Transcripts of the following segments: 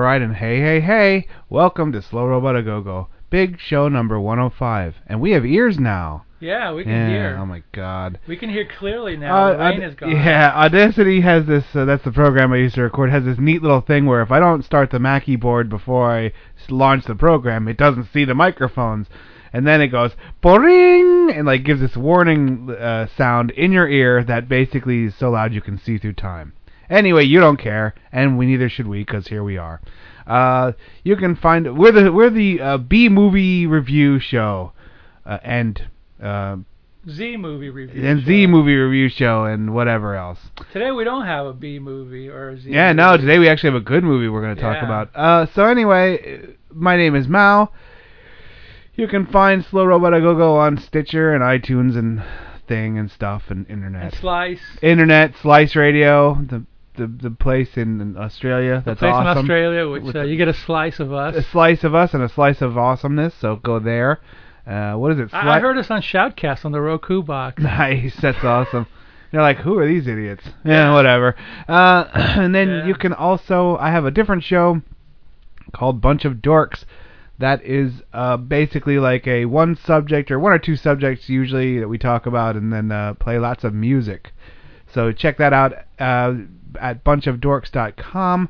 right, and hey, hey, hey, welcome to Slow Robot A Go Go, big show number 105, and we have ears now. Yeah, we can yeah, hear. oh my god. we can hear clearly now. the Uh, rain Aud- is gone. Yeah, Audacity has this. Uh, that's the program I used to record. Has this neat little thing where if I don't start the Mackie board before I s- launch the program, it doesn't see the microphones, and then it goes boring and like gives this warning uh, sound in your ear that basically is so loud you can see through time. Anyway, you don't care, and we neither should we, because here we are. Uh, you can find we're the we're the uh, B movie review show, uh, and. Uh, Z movie review. and show. Z movie review show and whatever else. Today we don't have a B movie or a Z. Yeah, movie. no, today we actually have a good movie we're going to talk Yeah. about. Uh, so anyway, uh, my name is Mao. You can find Slow Robot A Go Go on Stitcher and iTunes and thing and stuff and And internet. Slice. internet, Slice Radio, the the, the place in, in Australia. That's the place awesome. in Australia, which With uh, the- you get a slice of us. A slice of us and a slice of awesomeness, so go there. Uh, what is it? I, I Sli- heard us on Shoutcast on the Roku box. Nice, that's awesome. They're like, who are these idiots? Yeah, whatever. Uh, and then Yeah. you can also, I have a different show called Bunch of Dorks. That is uh, basically like a one subject or one or two subjects usually that we talk about, and then uh, play lots of music. So check that out uh, at bunchofdorks.com.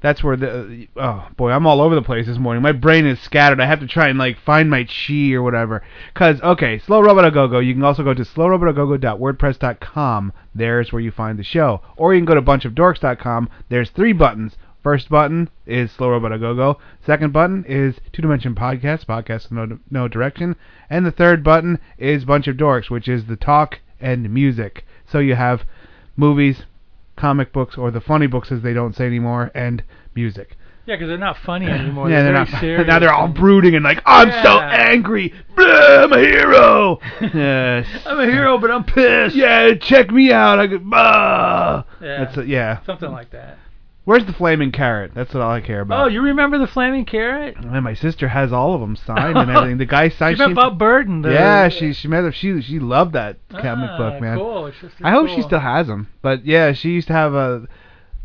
That's where the oh boy, I'm all over the place this morning. My brain is scattered. I have to try and like find my chi or whatever. Cause okay, Slow Robot A Go Go. You can also go to slowrobotagogo.wordpress.com. There's where you find the show, or you can go to bunchofdorks.com. There's three buttons. First button is Slow Robot A Go Go. Second button is Two Dimension Podcast, Podcast with no, no Direction, and the third button is Bunch of Dorks, which is the talk and music. So you have movies, comic books, or the funny books as they don't say anymore, and music. Yeah, because they're not funny anymore. yeah, they're, they're very not. serious. Now they're all brooding and like, I'm so Yeah. angry. Blah, I'm a hero. yes. I'm a hero, but I'm pissed. Yeah, check me out. I could, bah. Yeah. That's a, yeah. Something like that. Where's the flaming carrot? That's what all I care about. Oh, you remember the Flaming Carrot? Man, my sister has all of them signed and everything. The guy signed. You met Bob Burden. The, yeah, she she met her. She she loved that comic Ah, book, man. Cool. It's just- it's I hope she cool. still has them. But yeah, she used to have a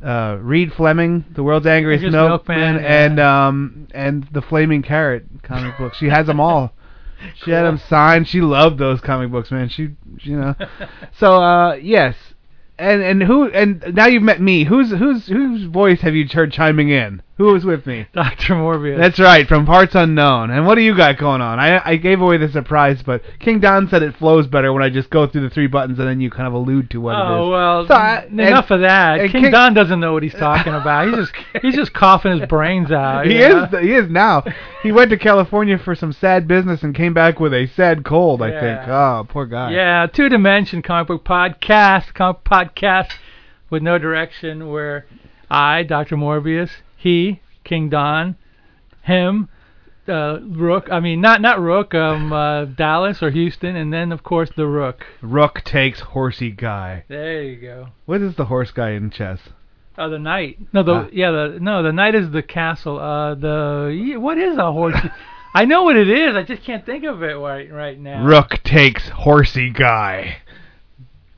uh, Reed Fleming, the world's angriest Angriest milkman, Milkman, yeah. and um and the Flaming Carrot comic book. She has them all. She had Cool. them signed. She loved those comic books, man. She, you know. so uh yes, and and who and now you've met me. Who's who's whose voice have you heard chiming in? Who was with me? Dr. Morbius. That's right, from parts unknown. And what do you got going on? I I gave away the surprise, but King Don said it flows better when I just go through the three buttons and then you kind of allude to what it Oh is. well, So I- n- enough and- of that. and King, King- Don doesn't know what he's talking about. He's just he's just coughing his brains out. He you know? is he is now. He went to California for some sad business and came back with a sad cold. I think. Yeah. Oh, poor guy. Yeah, Two Dimension Comic Book Podcast, comic podcast with no direction, where I, Dr. Morbius, he, King Don, him, uh, Rook. I mean, not not Rook. Um, uh, Dallas or Houston, and then of course the Rook. Rook takes horsey guy. There you go. What is the horse guy in chess? Oh, the knight. No, the Ah. yeah, the no, the knight is the castle. Uh, the yeah, what is a horse? I know what it is. I just can't think of it right right now. Rook takes horsey guy.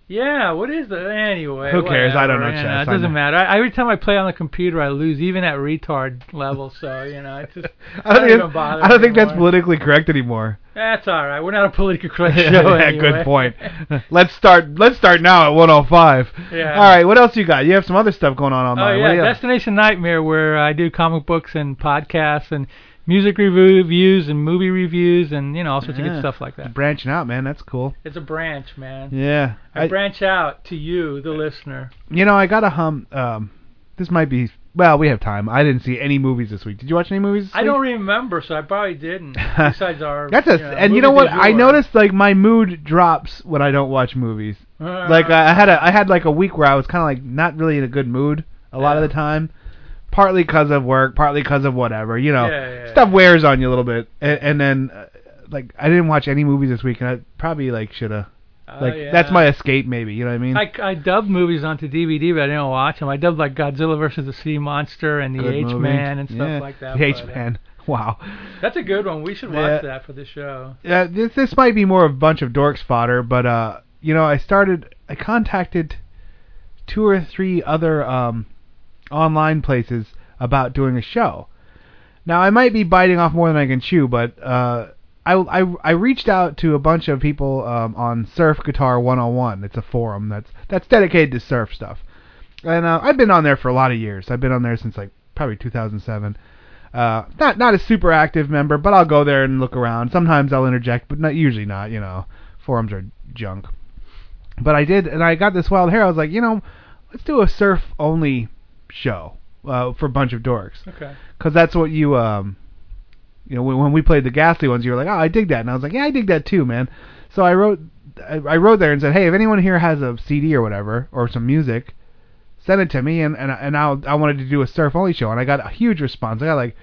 Yeah, what is the anyway? Who cares? I don't know whatever, you chess. It doesn't I'm- matter. I, every time I play on the computer, I lose, even at retard level. So you know, it's just I don't, don't think, even bother I don't think that's anymore. politically correct anymore. that's all right. We're not a politically correct show. yeah, anyway. good point. Let's start. Let's start now at 105. Yeah. All right. What else you got? You have some other stuff going on Oh online. What yeah, do you- Destination Nightmare, where I do comic books and podcasts and music reviews and movie reviews and you know all sorts of Yeah. good stuff like that. branching out, man. That's cool. It's a branch, man. Yeah. I, branch out to you, Uh, the listener. you know, I got a hum. Um, this might be. Well, we have time. I didn't see any movies this week. Did you watch any movies? This I week? don't remember, so I probably didn't. Besides our, That's a. know, and you movies know what? of I yore. noticed like my mood drops when I don't watch movies. Uh, like I had a I had like a week where I was kind of like not really in a good mood a lot of the time, partly because of work, partly because of whatever. You know, Yeah, yeah, yeah. stuff wears on you a little bit, and, and then uh, like I didn't watch any movies this week, and I probably like should have. Oh, Like yeah. that's my escape, maybe. You know what I mean? I, I dubbed movies onto DVD, but I didn't watch them. I dubbed like Godzilla versus the Sea Monster and the Good H movie. Man and stuff Yeah, like that. The but, H uh, Man. Wow. That's a good one. We should Yeah. watch that for the show. Uh, this this might be more of a bunch of dorks fodder, but uh, you know, I started. I contacted two or three other um, online places about doing a show. Now I might be biting off more than I can chew, but uh, I, I I reached out to a bunch of people um, on Surf Guitar 101. It's a forum that's that's dedicated to surf stuff, and uh, I've been on there for a lot of years. I've been on there since like probably 2007. Uh, not not a super active member, but I'll go there and look around. Sometimes I'll interject, but not usually not. You know, forums are junk. But I did, and I got this wild hair. I was like, you know, let's do a surf only show uh, for a bunch of dorks Okay. because that's what you um you know when, when we played the ghastly ones you were like oh i dig that and i was like yeah i dig that too man so i wrote i, I wrote there and said hey if anyone here has a cd or whatever or some music send it to me and and, and I'll, i wanted to do a surf only show and i got a huge response i got like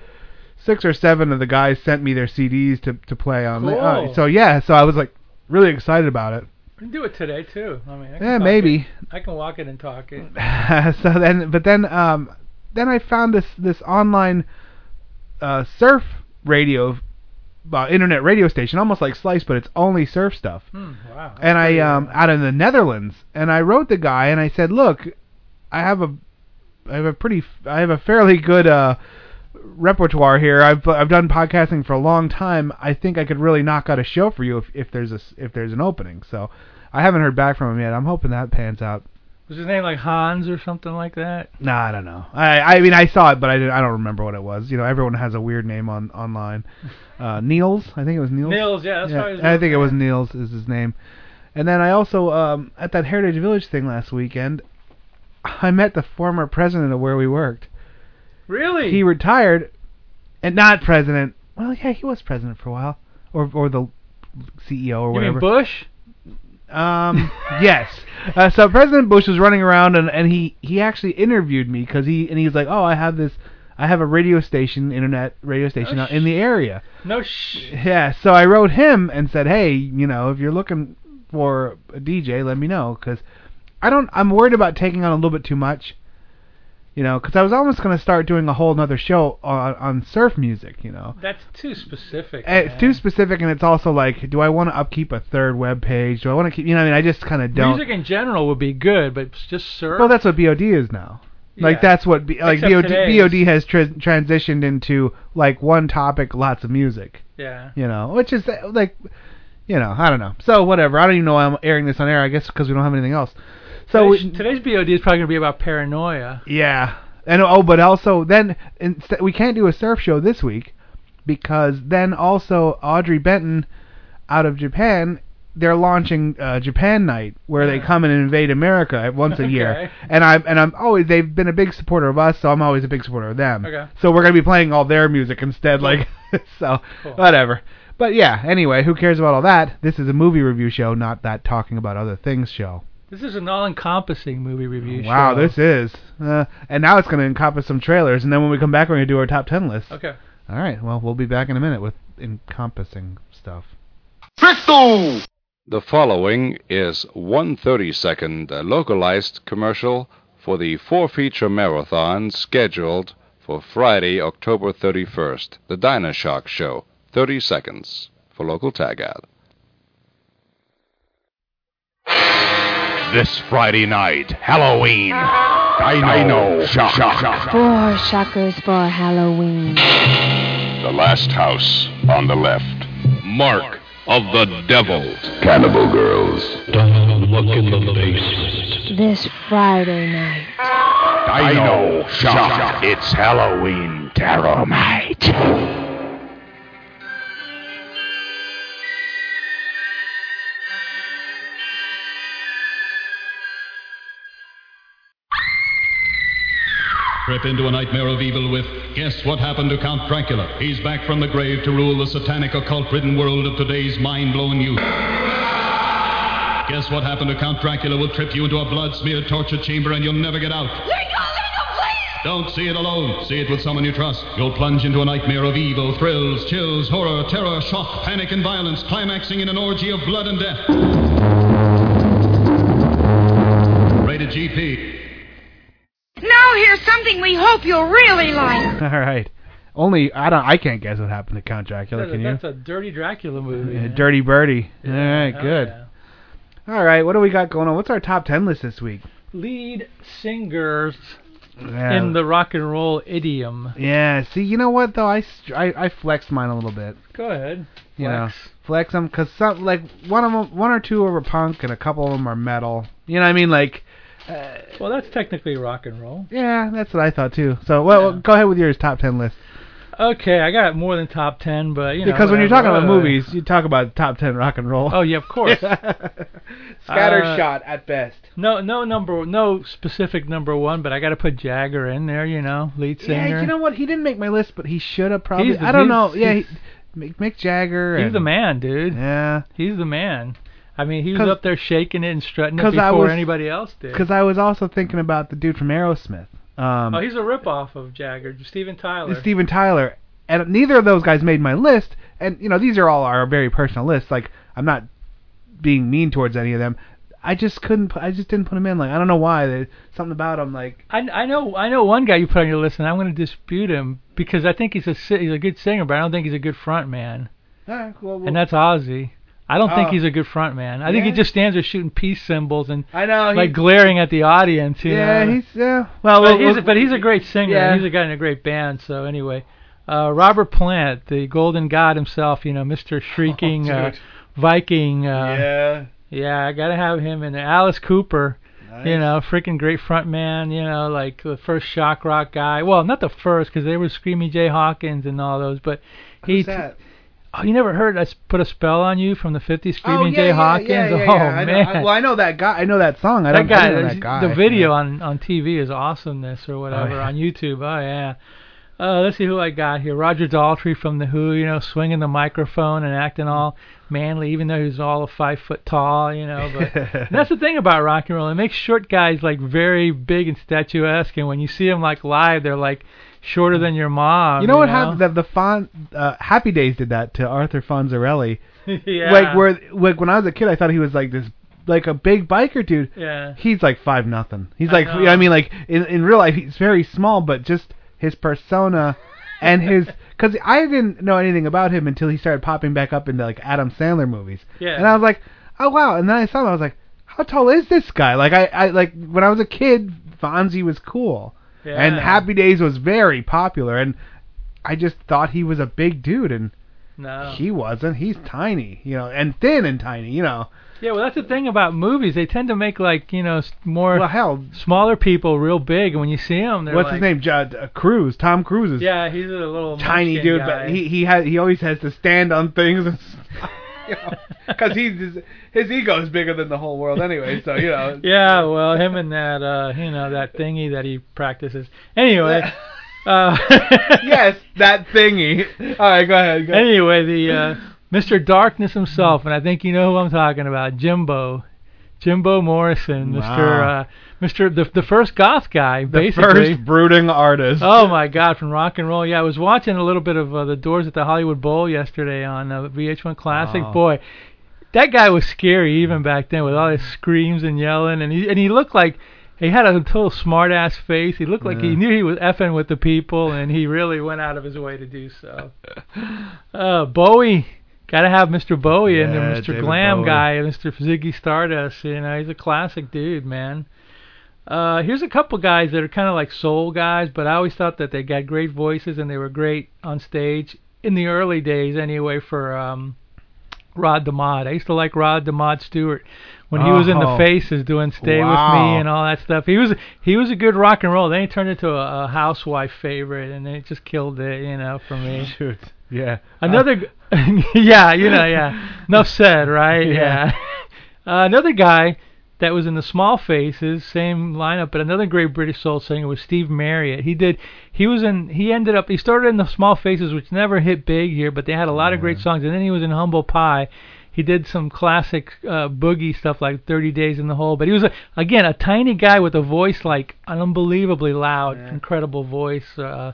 six or seven of the guys sent me their cds to to play on uh, Cool. so yeah so i was like really excited about it We can do it today too. I mean, I can yeah talk maybe it. I can walk it and talk it. so then, but then, um, then I found this this online uh, surf radio, uh, internet radio station, almost like Slice, but it's only surf stuff. Hmm, wow. that's And I pretty, um, out in the Netherlands, and I wrote the guy, and I said, look, I have a, I have a pretty, I have a fairly good uh, repertoire here. I've I've done podcasting for a long time. I think I could really knock out a show for you if if there's a s- if there's an opening. So. I haven't heard back from him yet. I'm hoping that pans out was his name like Hans or something like that? no, I don't know. I I mean I saw it, but I didn't, I don't remember what it was. You know, everyone has a weird name on online. Uh, Niels, I think it was Niels. Nils, yeah, that's probably his I real think it name. was Niels is his name. And then I also um, at that Heritage Village thing last weekend, I met the former president of where we worked. Really? He retired, and not president. Well, yeah, he was president for a while, or or the CEO or you mean whatever. Bush? Um, yes. Uh, so President Bush was running around, and, and he, he actually interviewed me because he and he's like, oh, I have this, I have a radio station, internet radio station out in the area. No sh. Yeah. So I wrote him and said, hey, you know, if you're looking for a DJ, let me know because I don't, I'm worried about taking on a little bit too much. You know, because I was almost gonna start doing a whole another show on on surf music. You know, Eh, That's too specific. it's man. too specific, and it's also like, do I want to upkeep a third web page? Do I want to keep? You know, what I mean, I just kind of don't. Music in general would be good, but it's just surf. Well, that's what BOD is now. Like Yeah. that's what B- like Except BOD today's. BOD has tra- transitioned into like one topic, lots of music. yeah. You know, which is uh, like, you know, I don't know. So whatever. I don't even know why I'm airing this on air. I guess because we don't have anything else. So today's, we- today's BOD is probably gonna be about paranoia. yeah, and oh, but also then instead we can't do a surf show this week because then also Audrey Benton out of Japan. They're launching uh, Japan Night, where they Yeah. come and invade America once a year. Okay. And I'm and I'm always they've been a big supporter of us, so I'm always a big supporter of them. Okay. So we're gonna be playing all their music instead, like so Cool. whatever. But yeah, anyway, who cares about all that? This is a movie review show, not that talking about other things show. This is an all-encompassing movie review show. Oh, Wow, this is. Uh, and now it's going to encompass some trailers, and then when we come back, we're going to do our top 10 list. Okay. All right, well, we'll be back in a minute with encompassing stuff. The following is one 30 second localized commercial for the four feature marathon scheduled for Friday, October 31st. The DynaShock Show. 30 seconds for local tagout. This Friday night, Halloween. Dino, Shock. Four shockers Oh, for Halloween. The last house on the left. Mark of the Devil. Cannibal Girls. This Friday night. Dino Shock. It's Halloween Terror Night. Trip into a nightmare of evil with Guess What Happened to Count Dracula? He's back from the grave to rule the satanic occult ridden world of today's mind blown youth. Guess What Happened to Count Dracula will trip you into a blood smeared torture chamber and you'll never get out. Let go, let go, please! Don't see it alone. See it with someone you trust. You'll plunge into a nightmare of evil, thrills, chills, horror, terror, shock, panic, and violence, climaxing in an orgy of blood and death. Rated GP. Now here's something we hope you'll really like. All right. Only I don't. I can't guess what happened to Count Dracula. That's, a, Can you? that's a dirty Dracula movie. Yeah, man. Dirty Birdie. Yeah, All right. hell Good. yeah. All right. What do we got going on? What's our top ten list this week? Lead singers Yeah. in the rock and roll idiom. Yeah. See, you know what though? I str- I, I flexed mine a little bit. Go ahead. You know, Flex. flex them because some like one of 'em- one or two are punk and a couple of them are metal. You know what I mean? Like, uh, Well, that's technically rock and roll. yeah, that's what I thought too. So, well, Yeah. go ahead with yours top ten list. Okay, I got more than top ten, but you know. because when you're whatever. talking about Uh, movies, you talk about top ten rock and roll. Oh yeah, of course. Scattershot at best. no, no number, no specific number one, but I got to put Jagger in there. You know, lead singer. Yeah, you know what? He didn't make my list, but he should have probably. He's the- I don't know. he's- Yeah, he, he's- Mick Mick Jagger. he's and- the man, dude. Yeah, He's the man. I mean, he was 'Cause- up there shaking it and strutting it 'cause before I was- anybody else did. because I was also thinking about the dude from Aerosmith. Um, oh, he's a ripoff of Jagger, Steven Tyler. Steven Steven Tyler, and neither of those guys made my list. And you know, these are all our very personal lists. Like, I'm not being mean towards any of them. I just couldn't. pu- I just didn't put them in. Like, I don't know why. There's something about them. Like, I, I know I know one guy you put on your list, and I'm going to dispute him because I think he's a si- he's a good singer, but I don't think he's a good front man. ah, well, well, And that's Ozzy. I don't think Oh. he's a good front man. I think he Yeah. just stands there shooting peace symbols and I know. he- like glaring at the audience. You yeah, know? he's yeah. Well, but, well, he's, well, but he's a great singer. Yeah. and He's a guy in a great band. So anyway, uh, Robert Plant, the Golden God himself, you know, Mr. Shrieking uh, Oh, dude. Viking. Uh, yeah. yeah, I gotta have him in there. Alice Cooper, you Nice. know, freaking great front man. You know, like the first shock rock guy. Well, not the first because they were Screaming Jay Hawkins and all those, but he. Who's t- that? Oh, you never heard us put a spell on you from the 50s oh, Screaming yeah, Jay yeah, Hawkins? Yeah, yeah, oh yeah. I man. Know, I, well, I know that guy. I know that song. I that don't guy, I know the- that guy. the video Yeah. Oh, on on TV is awesomeness or whatever yeah. on YouTube. Oh yeah. Uh, let's see who I got here. Roger Daltrey from the Who, you know, swinging the microphone and acting all manly, even though he was all of five foot tall, you know. But and that's the thing about rock and roll; it makes short guys like very big and statuesque, and when you see them like live, they're like shorter than your mom. You know what happened? That the Fon uh, Happy Days did that to Arthur Fonzarelli. yeah. Like where, like when I was a kid, I thought he was like this, like a big biker dude. Yeah. He's like five nothing. He's I like, know. you know, I mean, like in in real life, he's very small, but just his persona and his. Because I didn't know anything about him until he started popping back up into like Adam Sandler movies. Yeah. And I was like, oh wow. And then I saw him. I was like, how tall is this guy? Like I, I like when I was a kid, Fonzie was cool, yeah. and Happy Days was very popular, and I just thought he was a big dude, and No. he wasn't. He's tiny, you know, and thin and tiny, you know. Yeah, well, that's the thing about movies; they tend to make like you know s- more Well, hell, smaller people real big, and when you see them, they're what's like, his name? Judd uh, Cruz. Tom Cruise is Yeah, he's a little tiny munchkin dude, guy. but he he has he always has to stand on things. Because he's just, his ego is bigger than the whole world anyway, so you know. yeah, well, him and that uh, you know that thingy that he practices. Anyway, uh, yes, that thingy. All right, go ahead. Go ahead. Anyway, the uh, Mr. Darkness himself, and I think you know who I'm talking about, Jimbo. Jimbo Morrison, Wow. Mr. Uh, Mr. The, the first goth guy, the basically. first brooding artist. Oh my God, from rock and roll. Yeah, I was watching a little bit of uh, the Doors at the Hollywood Bowl yesterday on uh, VH1 Classic. Oh. Boy, that guy was scary even back then with all his screams and yelling, and he and he looked like he had a total smart ass face. He looked like Yeah. he knew he was effing with the people, and he really went out of his way to do so. Uh, Bowie. Gotta have Mr. Bowie and Yeah, Mr. David Glam Bowie. guy, Mr. Ziggy Stardust. You know, he's a classic dude, man. Uh, here's a couple guys that are kind of like soul guys, but I always thought that they got great voices and they were great on stage in the early days, anyway. For um, Rod DeMod, I used to like Rod DeMod Stewart when he was in the Oh. Faces doing "Stay with Wow. Me" and all that stuff. He was he was a good rock and roll. Then he turned into a, a housewife favorite, and it just killed it, you know, for me. Shoot. Yeah. Another, g yeah, you know, yeah. Enough said, right? Yeah. Yeah. Uh, another guy that was in the Small Faces, same lineup, but another great British soul singer was Steve Marriott. He did, he was in, he ended up, he started in the Small Faces, which never hit big here, but they had a lot of great songs, and then he was in Humble Pie. He did some classic uh, boogie stuff like 30 Days in the Hole, but he was a, again a tiny guy with a voice like unbelievably loud, incredible voice. Uh,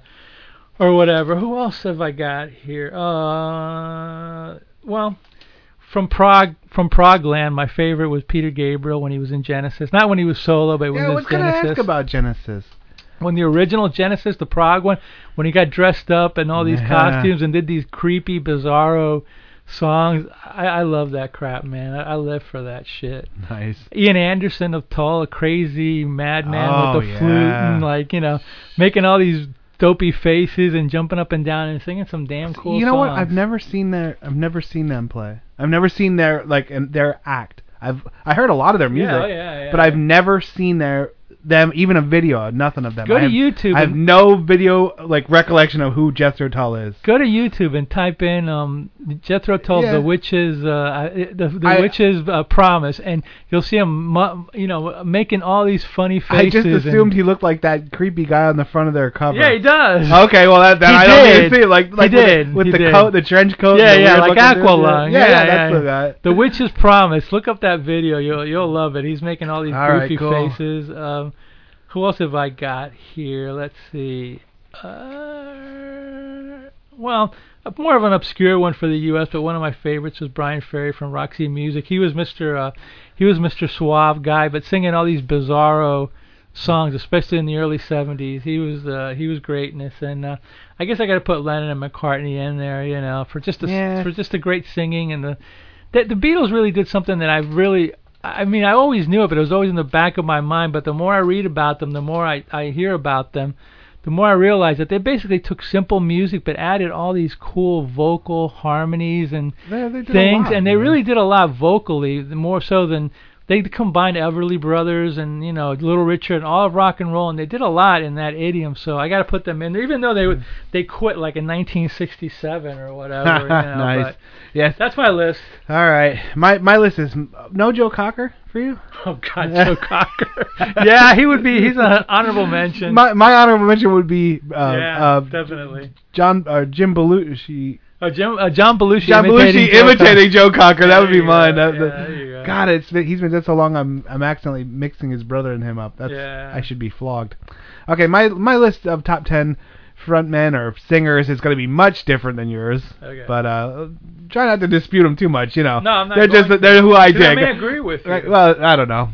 or whatever. Who else have I got here? Uh, well, from Prague, from Prague land, my favorite was Peter Gabriel when he was in Genesis. Not when he was solo, but when Yeah, I he was was gonna Genesis. ask about Genesis. when the original Genesis, the Prague one, when he got dressed up and all these Yeah. costumes and did these creepy, bizarro songs. I, I love that crap, man. I, I live for that shit. Nice. Ian Anderson of Tall, a crazy madman Oh, with the yeah. flute and like you know, making all these dopey faces and jumping up and down and singing some damn cool. you know what? songs. I've never seen their. I've never seen them play. I've never seen their like and their act. I've I heard a lot of their music, oh, yeah, yeah, but yeah. I've never seen their them even a video. Nothing of them. Go I to have, YouTube I have and- no video like recollection of who Jethro Tull is. Go to YouTube and type in um, Jethro Tull, Yeah. the witches, uh, uh, the, the I- witches uh, promise, and you'll see him, mu- you know, making all these funny faces. I just and- assumed he looked like that creepy guy on the front of their cover. Yeah, he does. Okay, well that, that He I don't did. even see it. Like He like with, the, did. with He the did. coat, the trench coat. Yeah, the yeah, weird like looking dude. Aqualung. Yeah, Yeah, yeah, yeah. that's the guy. The Witch's Promise. Look up that video. You'll you'll love it. He's making all these All right, goofy cool. faces. Um, who else have I got here? Let's see. Uh, well, a- more of an obscure one for the U.S., but one of my favorites was Brian Ferry from Roxy Music. He was Mr. Uh, he was Mr. Suave guy, but singing all these bizarro songs, especially in the early '70s. He was uh, he was greatness, and uh, I guess I got to put Lennon and McCartney in there, you know, for just the Yeah. for just the great singing and the the, the Beatles really did something that I really I mean I always knew it, but it was always in the back of my mind. But the more I read about them, the more I I hear about them, the more I realize that they basically took simple music but added all these cool vocal harmonies and Yeah, they did a things, lot, and they man. really did a lot vocally, the more so than they combined Everly Brothers and you know Little Richard and all of rock and roll, and they did a lot in that idiom. So I got to put them in, even though they would- Mm. they quit like in 1967 or whatever. you know, nice. but Yes. that's my list. All right. My my list is no Joe Cocker for you. Oh God, Joe Cocker. yeah, he would be. He's an honorable mention. My my honorable mention would be uh, yeah, uh, definitely. John uh, Jim Belushi. Oh, Jim, uh, John Belushi. John imitating Belushi Joe imitating Joe Cocker. That There would be you go. mine. That- Yeah, that- there you go. God, it's been, he's been dead so long. I'm I'm accidentally mixing his brother and him up. That's Yeah. I should be flogged. Okay, my my list of top ten frontmen or singers is going to be much different than yours. Okay. But uh, try not to dispute them too much. You know. No, I'm not They're just going to. they're who I Cocker. dig. I may agree with you. Right, well, I don't know.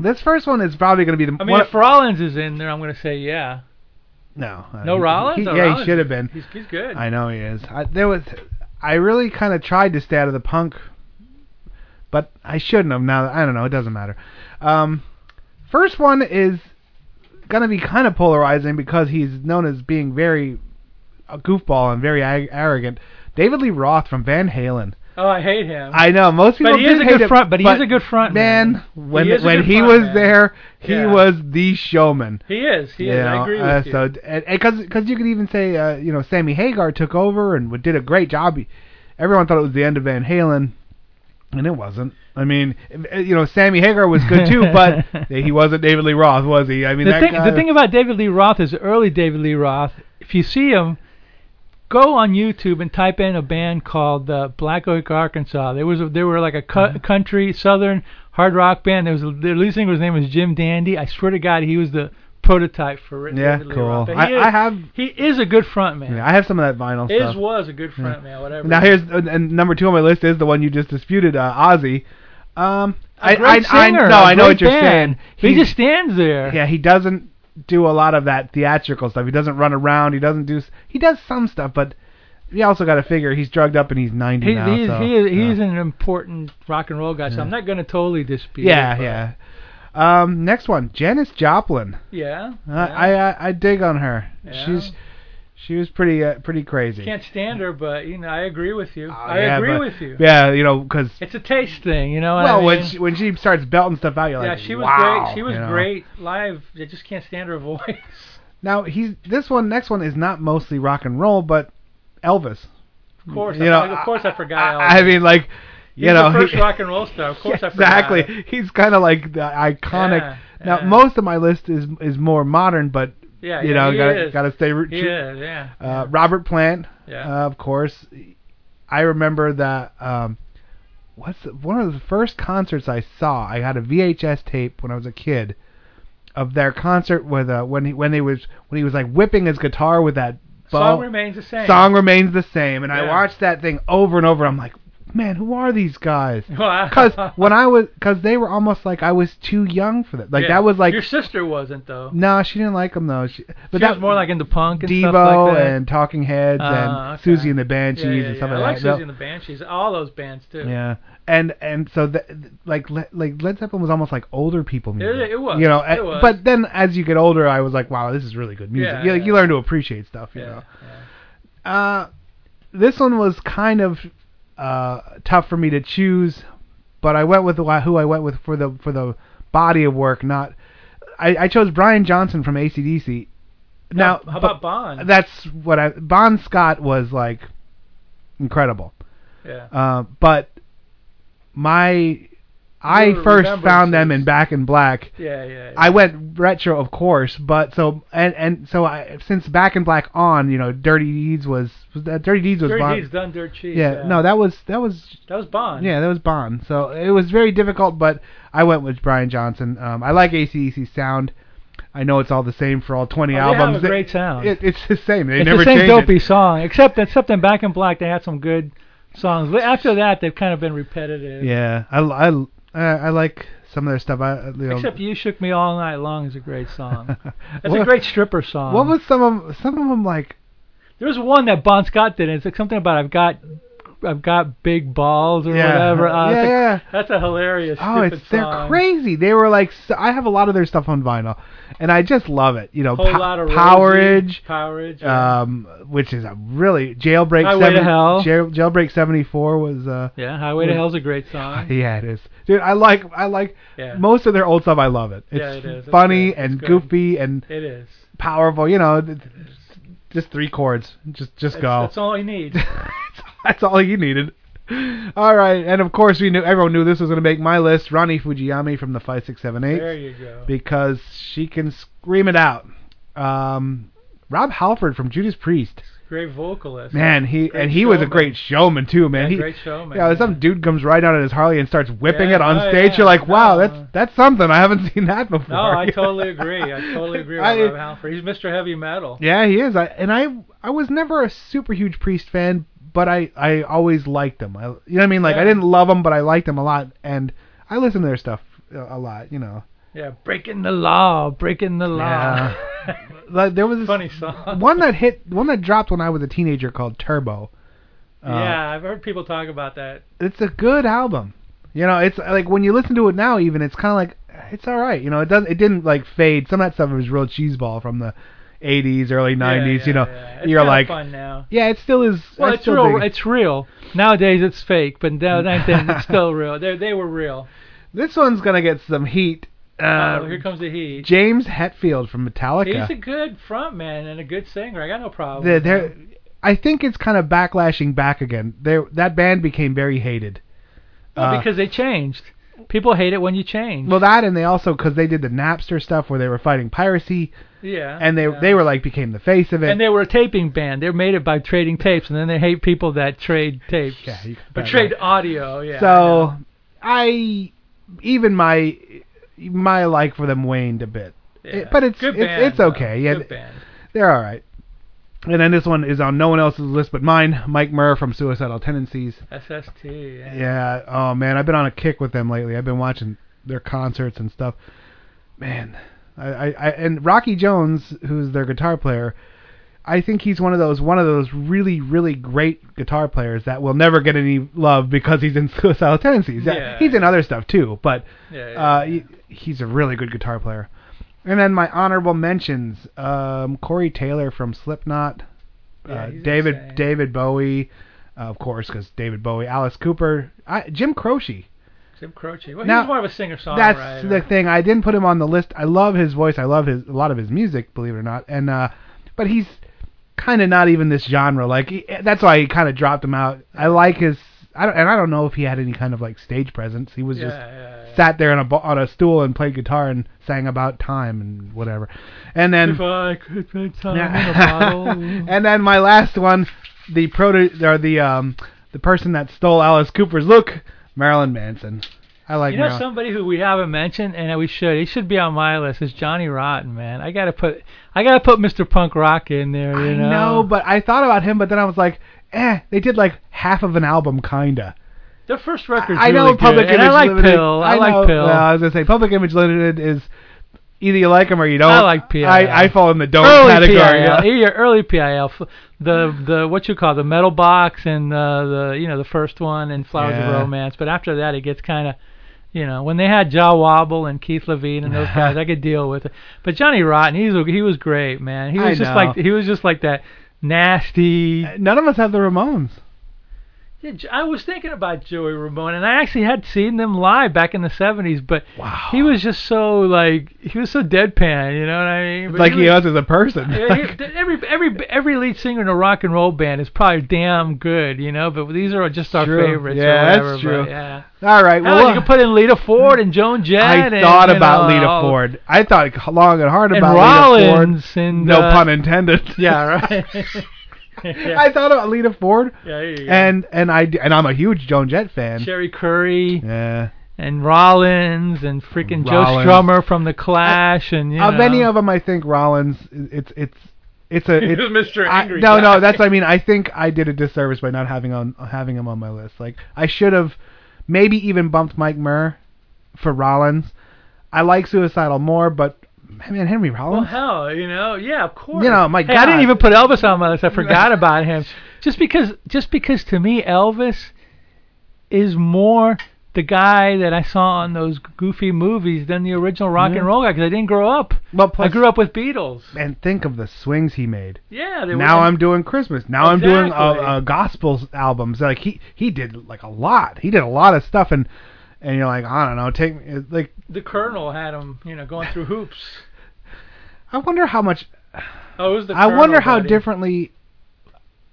This first one is probably going to be the I mean, one, if Rollins is in there, I'm going to say yeah. No. uh, No he- Rollins? he- Oh, yeah, Rollins he should have been. He's, he's good. I know he is. I, there was. I really kind of tried to stay out of the punk, but I shouldn't have. Now I don't know. It doesn't matter. Um, first one is gonna be kind of polarizing because he's known as being very a goofball and very ag- arrogant. David Lee Roth from Van Halen. oh, I hate him. I know most people. But he is do a hate good him, front- but he is a good front man. man. When He is a when good he front was man. there, he Yeah. was the showman. he is. He is. I agree with uh, you. So, because because you could even say, uh, you know, Sammy Hagar took over and did a great job. Everyone thought it was the end of Van Halen, and it wasn't. I mean, eh, you know, Sammy Hagar was good too, but he wasn't David Lee Roth, was he? I mean, the that thing, guy, the thing about David Lee Roth is early David Lee Roth. If you see him, go on YouTube and type in a band called uh, Black Oak, Arkansas. There was a, they were like a cu- Mm-hmm. country southern hard rock band. There was a, their lead singer's name was Jim Dandy. I swear to God, he was the prototype for Yeah, David Lee cool. Roth. But I- he is, I have- He is a good front man. Yeah, I have some of that vinyl is stuff. was a good front man. Whatever. Now here's uh, and- and number two on my list is the one you just disputed, uh, Ozzy. Um, I a great I, singer. I, no, a I know great what you're band. saying. He, He's- just stands there. Yeah, he doesn't do a lot of that theatrical stuff. He doesn't run around. He doesn't do. s- He does some stuff, but you also got to figure he's drugged up and he's ninety He, now. he's, so, he is, yeah. he's an important rock and roll guy, so I'm not going to totally dispute. it, Yeah, but- yeah. Um, next one, Janis Joplin. yeah. Uh, yeah. I, I I dig on her. Yeah. She's she was pretty uh, pretty crazy. can't stand her, but you know, I agree with you. Oh, I yeah, agree but- with you. Yeah, you know, because It's a taste thing, you know. what well, I when mean? she, when she starts belting stuff out, you're yeah, like, she was wow, great. She was you know? great live. I just can't stand her voice. Now he's this one, next one is not mostly rock and roll, but Elvis. Of course, You I, know, of course, I, forgot. Elvis. I, I mean, like, you He's know, the first he- rock and roll star. Of course, I forgot. exactly. He's kind of like the iconic. Yeah, now, yeah. most of my list is is more modern, but Yeah, you yeah, know, he gotta is. gotta stay. root- He is, yeah. Uh, Robert Plant, Yeah. uh, of course. I remember that um, what's the, one of the first concerts I saw. I had a VHS tape when I was a kid of their concert with uh, when he when he was when he was like whipping his guitar with that bow. Song remains the same. Song remains the same, and I Yeah. watched that thing over and over. I'm like, man, who are these guys? Wow. Because when I was, because they were almost like I was too young for them. Like Yeah. that was like, your sister wasn't though. no, she didn't like them though. She, but She that was more like into punk and Devo stuff like that. and Talking Heads Ah, and okay. Susie and the Banshees yeah, yeah, and yeah. stuff I like like that. Susie No- and the Banshees. All those bands too. yeah. And and so the, like Le, like Led Zeppelin was almost like older people music. it was. You know, It and- was. but then as you get older, I was like, wow, this is really good music. Yeah, you, like, yeah. you learn to appreciate stuff. You Yeah. know. Uh, this one was kind of uh, tough for me to choose, but I went with the, who I went with for the for the body of work. Not, I, I chose Brian Johnson from ACDC. Now, how but- about Bond? that's what I Bon Scott was like incredible. yeah. Uh, but my I Your first found them in remembrances. Back in Black. yeah, yeah, yeah. I went retro, of course, but so and and so I since Back in Black on, you know, Dirty Deeds was, was that Dirty Deeds was Dirty Bon. Deeds done dirt cheap. yeah, no, that was that was that was Bond. yeah, that was Bond. So it was very difficult, but I went with Brian Johnson. Um, I like ACDC's sound. I know it's all the same for all 20 Oh, they have albums. a great sound. It, it's the same. They it's never the same change it. dopey song, except except in Back in Black they had some good songs. Li- After that they've kind of been repetitive. Yeah, I, I, uh, I like some of their stuff. I, you know, Except you shook me all night long is a great song. That's What- a great stripper song. What was some of some of them like? There was one that Bon Scott did. and It's like something about I've got I've got big balls or Yeah. whatever. Uh, Yeah, that's, yeah. a, that's a hilarious. Oh, stupid it's they're song. crazy. They were like so, I have a lot of their stuff on vinyl, and I just love it. You know, Whole Po- lot of Powerage, Powerage. Yeah. um, which is a really jailbreak. Highway to Hell. Jail, jailbreak seventy four was uh, yeah, Highway to Hell's a great song. yeah, it is. Dude, I like I like Yeah. most of their old stuff. I love it. It's Yeah, it is. It's funny good. It's and good. goofy and It is. powerful. You know, th- just three chords. Just just That's, go. that's all I need. That's all you needed. All right, and of course we knew everyone knew this was going to make my list. Ronnie Fujiyami from the Five Six Seven there Eight you go. because she can scream it out. Um, Rob Halford from Judas Priest, Great vocalist. man, he Great and he was a showman. great showman too, man. Yeah, he, great showman. yeah, some dude comes right out of his Harley and starts whipping Yeah, it on oh, stage. yeah, You're like, wow, no. that's that's something. I haven't seen that before. No, Oh, I totally agree. I totally agree with I- Rob Halford. He's Mr. Heavy Metal. Yeah, he is. I and I I was never a super huge Priest fan, but I I always liked them. I you know what I mean? Like I Yeah. didn't love them, but I liked them a lot, and I listened to their stuff a a lot. You know, Yeah, breaking the law, breaking the law. like there was this Funny song. one that hit one that dropped when I was a teenager called Turbo. Uh, yeah, I've heard people talk about that. it's a good album. You know, it's like when you listen to it now, even it's kind of like it's all right. You know, it does. It didn't like fade. Some of that stuff was real cheeseball from the 80s, early 90s. Yeah, you know, yeah, yeah. It's you're kinda like, fun now. yeah, it still is. Well, I it's still real. dig it. It's real. Nowadays, it's fake, but now back then it's still real. They they were real. This one's gonna get some heat. Uh, oh, here comes the heat. James Hetfield from Metallica. He's a good front man and a good singer. I got no problem. They're- with they're- him. I think it's kind of backlashing back again. They that band became very hated. Well, uh, because they changed. People hate it when you change. Well, that and they also because they did the Napster stuff where they were fighting piracy, yeah. and they yeah. they were like became the face of it. And they were a taping band. They made it by trading tapes, and then they hate people that trade tapes. Yeah, you got or that trade audio. Yeah. so I even my my like for them waned a bit. yeah. it- but it's- Good it's- band, it's okay, though. yeah. Good band. They're all right. And then this one is on no one else's list but mine. Mike Murr from Suicidal Tendencies. SST. Yeah. Yeah. Oh man, I've been on a kick with them lately. I've been watching their concerts and stuff. Man, I, I, I and Rocky Jones, who's their guitar player, I think he's one of those one of those really really great guitar players that will never get any love because he's in Suicidal Tendencies. Yeah. He's in other stuff too, but Yeah, yeah. uh, he, he's a really good guitar player. And then my honorable mentions: um, Corey Taylor from Slipknot, Yeah, uh, he's David insane. David Bowie, uh, of course, because David Bowie, Alice Cooper, I, Jim Croce. Jim Croce. Well, Now, he's more of a singer-songwriter. That's the thing. I didn't put him on the list. I love his voice. I love his a lot of his music, believe it or not. And uh, but he's kind of not even this genre. Like he, eh, that's why he kind of dropped him out. I like his. I don't, and I don't know if he had any kind of like stage presence. He was yeah, just yeah, yeah. sat there on a bo- on a stool and played guitar and sang about time and whatever. And then If I could put time in a bottle. and then my last one, the proto or the um the person that stole Alice Cooper's look, Marilyn Manson. I like You know Marilyn. somebody who we haven't mentioned and we should. He should be on my list. Is Johnny Rotten, man. I gotta put I gotta put Mr. Punk Rock in there. You I know. know, but I thought about him, but then I was like, eh, they did like half of an album, kinda. their first record's I know really Public good, Image and I like Limited. Pill. I, know- like Pill. well, I was gonna say Public Image Limited is either you like him or you don't. I like PIL. I, I fall in the don't early category. yeah. PIL, yeah, early PIL, F- the the what you call the metal box and uh, the you know the first one and Flowers of Yeah. Romance, but after that it gets kind of you know when they had Ja Wobble and Keith Levine and those guys I could deal with it, but Johnny Rotten he's a- he was great man he I was just know. Uh, like he was just like that nasty. None of us have the Ramones. Yeah, J- I was thinking about Joey Ramone, and I actually had seen them live back in the '70s, but Wow. he was just so like he was so deadpan, you know what I mean? But like he he was- is as a person. Yeah, he- th- every every every lead singer in a rock and roll band is probably damn good, you know. But these are just our True. favorites. Yeah, or that's whatever, true. But, yeah. All right. Hell, Well, you can put in Lita Ford and Joan Jett. I and, thought you about know, Lita Ford. I thought long and hard and about Lita Ford. Rollins and No uh, pun intended. Yeah, right. yeah. I thought about Lita Ford, yeah, here you go. and and I d- and I'm a huge Joan Jett fan. Sherry Curry Yeah. and Rollins and freaking Joe Rollins. Strummer from the Clash and you Of know. any Uh, of them, I think Rollins. It's it's it's a it's Mr. I, Angry no, Guy. no, that's what I mean. I think I did a disservice by not having on having him on my list. Like I should have maybe even bumped Mike Murr for Rollins. I like Suicidal more, but man, Henry Well, Rollins. hell, you know, yeah, of course. You know, my hey, I didn't God. even put Elvis on my list. I forgot about him. Just because, just because to me, Elvis is more the guy that I saw on those goofy movies than the original rock and roll guy. Because I didn't grow up. Well, plus, I grew up with Beatles. and think of the swings he made. Yeah. They Now were, I'm doing Christmas. Now I'm doing Exactly. uh, uh, gospel albums. Like he he did like a lot. He did a lot of stuff, and and you're like I don't know. Take me like The Colonel had him, you know, going through hoops. I wonder how much Oh, it was the. I Colonel, wonder how buddy. differently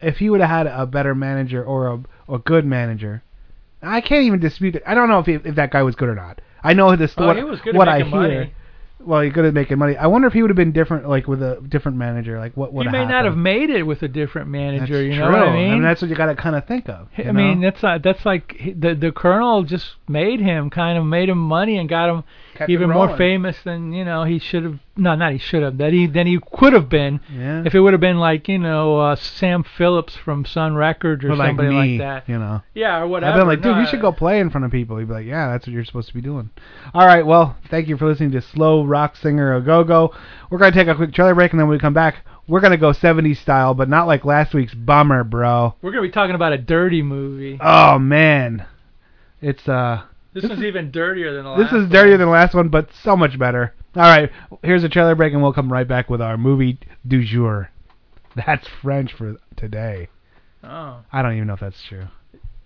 if he would have had a better manager or a or good manager. I can't even dispute it. I don't know if he, if that guy was good or not. I know this Oh, what, he was good at what I hear. making money. Well, he's good at making money. I wonder if he would have been different, like with a different manager. Like what would He may not have made it with a different That's manager. you true. know what I mean? that's what you got to kind of think of. you I mean, know? that's not, that's like he- the the colonel just made him kind of made him money and got him Kept it even more rolling. famous than you know he should have. No, not he should have. That he than he could have been yeah. if it would have been like you know uh, Sam Phillips from Sun Records or But like somebody me, like that. you know. Yeah, or whatever. I've been like, dude, No, you should go play in front of people. He'd be like, yeah, that's what you're supposed to be doing. All right, well, thank you for listening to Slow Rock Singer A Go Go. We're going to take a quick trailer break, and then when we come back, we're going to go 70s style, but not like last week's bummer, bro. We're gonna be talking about a dirty movie. Oh, man. It's, uh, this one's even dirtier than the this last. is dirtier than the last one, but so much better. All right, here's a trailer break, and we'll come right back with our movie du jour. That's French for today. one. Oh, I don't even know if that's true.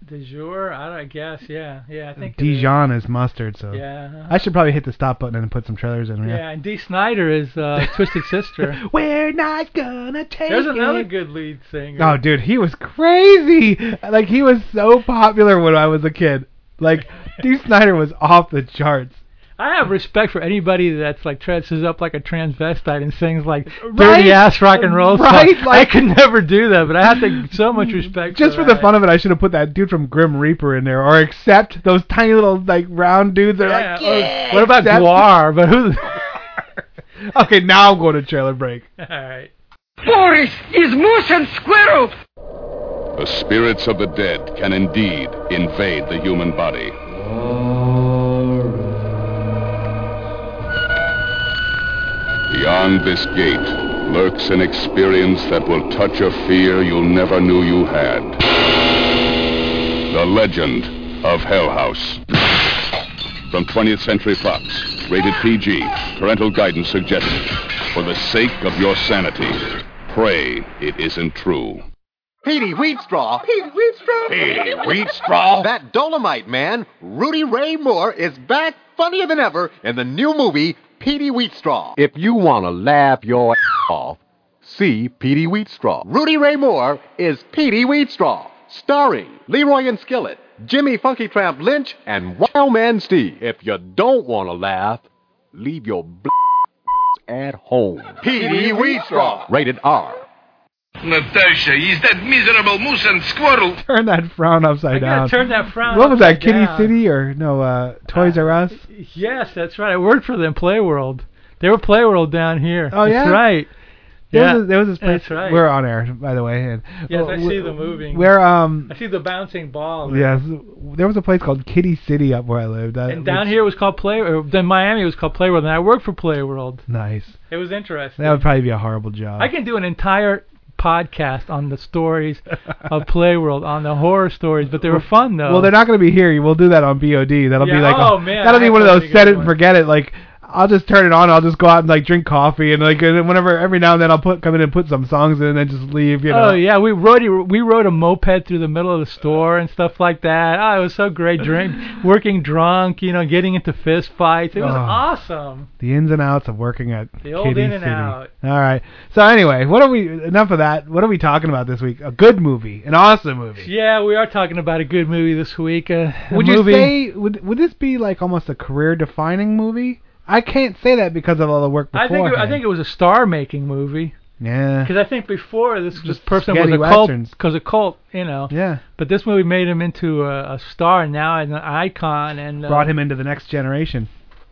de jour. I don't I guess. Yeah, yeah. I think it is. Dijon is mustard, so. Yeah. I should probably hit the stop button and put some trailers in. yeah, and Dee Snyder is uh, Twisted Sister. We're not gonna take There's another it. good lead singer. Oh, dude, he was crazy. Like he was so popular when I was a kid. Like Dee Snyder was off the charts. I have respect for anybody that's like dresses up like a transvestite and sings like Right? dirty ass rock and roll songs. Right, like- Mm. I could never do that, but I have to so much respect. Just for for, the fun of it, I should have put that dude from Grim Reaper in there, or accept those tiny little like round dudes. They're Yeah, oh, like, or- yeah, What about accept- Guar? But who? Okay, now I'm going to trailer break. All right. Boris is moose and squirrel. The spirits of the dead can indeed invade the human body. Beyond this gate lurks an experience that will touch a fear you never knew you had. The legend of Hell House. From 20th Century Fox, rated PG, parental guidance suggested. For the sake of your sanity, pray it isn't true. Petey Wheatstraw. Petey Wheatstraw. Petey Wheatstraw. That Dolomite man, Rudy Ray Moore, is back funnier than ever in the new movie Petey Wheatstraw. If you want to laugh your ass off, see Petey Wheatstraw. Rudy Ray Moore is Petey Wheatstraw, starring Leroy and Skillet, Jimmy Funky Tramp Lynch, and Wild Man Steve. If you don't want to laugh, leave your bl- at home. Petey Wheatstraw. Rated R. Natasha, is that miserable moose and squirrel. Turn that frown upside I gotta down. turn that frown What was that? upside Kitty down. City or no? Uh, Toys R Us. Yes, that's right. I worked for them, Playworld. They were Playworld down here. Oh, that's yeah? right. There yeah, was a- there was this place. That's right. We're on air, by the way. And Yes, I w- see the moving. Where um. I see the bouncing ball. Yes, there was a place called Kitty City up where I lived. I, And down here was called Play. Or then Miami was called Playworld, and I worked for Playworld. Nice. It was interesting. That would probably be a horrible job. I can do an entire podcast on the stories of Playworld, on the horror stories, but they were fun though. Well, they're not going to be here. We'll do that on BOD. That'll Yeah, be like oh, a- man, that'll be that's one of a those pretty set good it and one. forget it. Like I'll just turn it on. I'll just go out and like drink coffee and like and whenever every now and then I'll put come in and put some songs in and then just leave. You know. Oh yeah, we rode a- we rode a moped through the middle of the store and stuff like that. Oh, it was so great. Drink, working drunk, you know, getting into fist fights. It was Oh. awesome. The ins and outs of working at The old Kitty in and City. out. All right. So anyway, what are we? Enough of that. What are we talking about this week? A good movie, an awesome movie. Yeah, we are talking about a good movie this week. Uh, a Would movie. you say would would this be like almost a career defining movie? I can't say that because of all the work I before. think it, I think it was a star-making movie yeah. because I think before this this Just person was a spaghetti cult westerns. because a cult, you know. Yeah. But this movie made him into a, a star now and an icon and uh, Brought him into the next generation.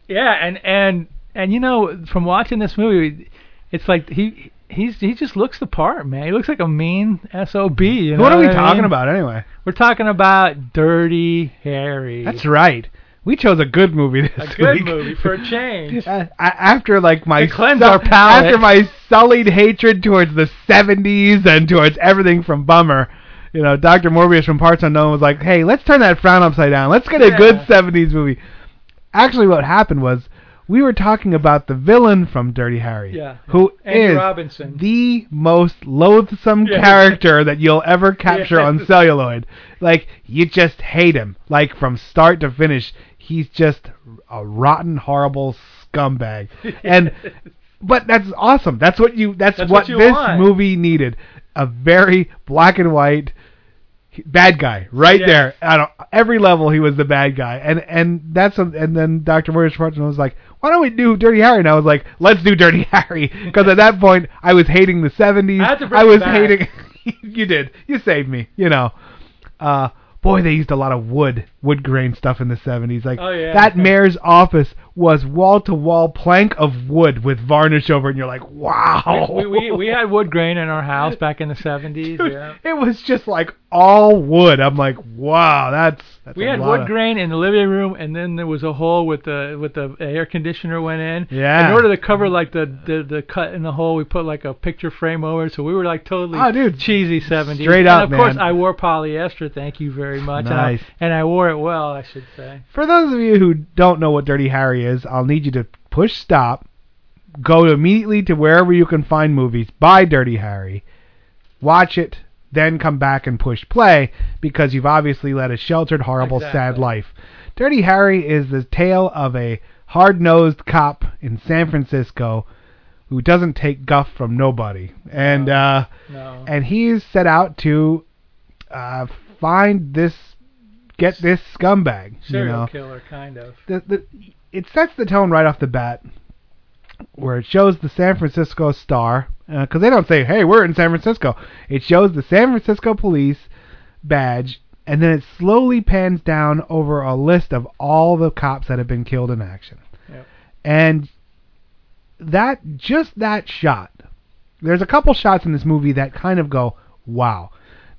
Yeah, and and and you know, from watching this movie, it's like he he's he just looks the part, man. He looks like a mean sob. you know what are we I talking mean? about anyway? We're talking about Dirty Harry. That's right. We chose a good movie this a good week. movie for a change. Uh, A- after like my To cleanse sul- our palate. after my sullied hatred towards the 70s and towards everything from Bummer, you know, Dr. Morbius from Parts Unknown was like, "Hey, let's turn that frown upside down. Let's get a Yeah. good 70s movie." Actually, what happened was we were talking about the villain from Dirty Harry, Yeah. who is Andy Robinson. the most loathsome Yeah. character that you'll ever capture Yeah. on celluloid. Like you just hate him. Like from start to finish, he's just a rotten, horrible scumbag. And but that's awesome. That's what you. That's, That's what, what you this want. movie needed. A very black and white bad guy right Yes. there at every level he was the bad guy and and that's some- and then dr morris Martin was like why don't we do dirty harry and i was like let's do dirty harry because at that point i was hating the 70s I had to bring it was back. hating you did you saved me you know uh boy they used a lot of wood wood grain stuff in the 70s like Oh, yeah. that mayor's office was wall to wall plank of wood with varnish over it and you're like wow We, we we had wood grain in our house back in the 70s. yeah. it was just like all wood. I'm like, wow, that's, that's We a had lot wood of- grain in the living room, and then there was a hole with the with the air conditioner went in. Yeah. In order to cover like the the, the cut in the hole, we put like a picture frame over. it, So we were like totally Oh, dude. cheesy seventies. Straight and up, of course, man. I wore polyester. Thank you very much. And I- Nice. And I, wore it well, I should say. For those of you who don't know what Dirty Harry is, I'll need you to push stop, go immediately to wherever you can find movies, buy Dirty Harry, watch it, then come back and push play because you've obviously led a sheltered, horrible, sad Exactly. life. Dirty Harry is the tale of a hard-nosed cop in San Francisco who doesn't take guff from nobody. And uh No. and he's set out to uh, find this, get this scumbag. you Serial know, killer, kind of. the, the, it sets the tone right off the bat, where it shows the San Francisco Star, because they don't say, "Hey, we're in San Francisco." It shows the San Francisco Police badge, and then it slowly pans down over a list of all the cops that have been killed in action, Yep. and that just that shot. There's a couple shots in this movie that kind of go, "Wow."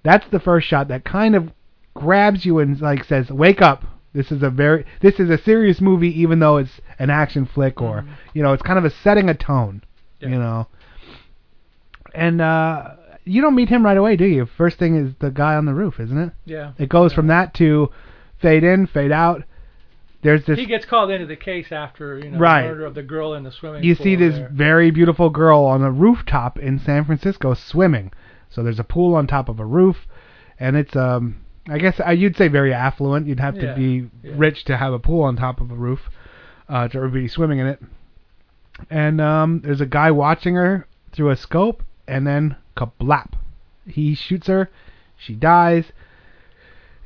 That's the first shot that kind of grabs you and like says, "Wake up! This is a very this is a serious movie, even though it's an action flick or Mm-hmm. you know it's kind of a setting a tone, you know." And uh, you don't meet him right away, do you? First thing is the guy on the roof, isn't it? Yeah. It goes from that to fade in, fade out. There's this. He gets called into the case after you know Right. the murder of the girl in the swimming you pool. see this there. very beautiful girl on a rooftop in San Francisco swimming. So there's a pool on top of a roof, and it's um, I guess uh, you'd say very affluent. You'd have to Yeah, be yeah. rich to have a pool on top of a roof, uh, to be swimming in it. And um, there's a guy watching her through a scope, and then kablap, he shoots her, she dies,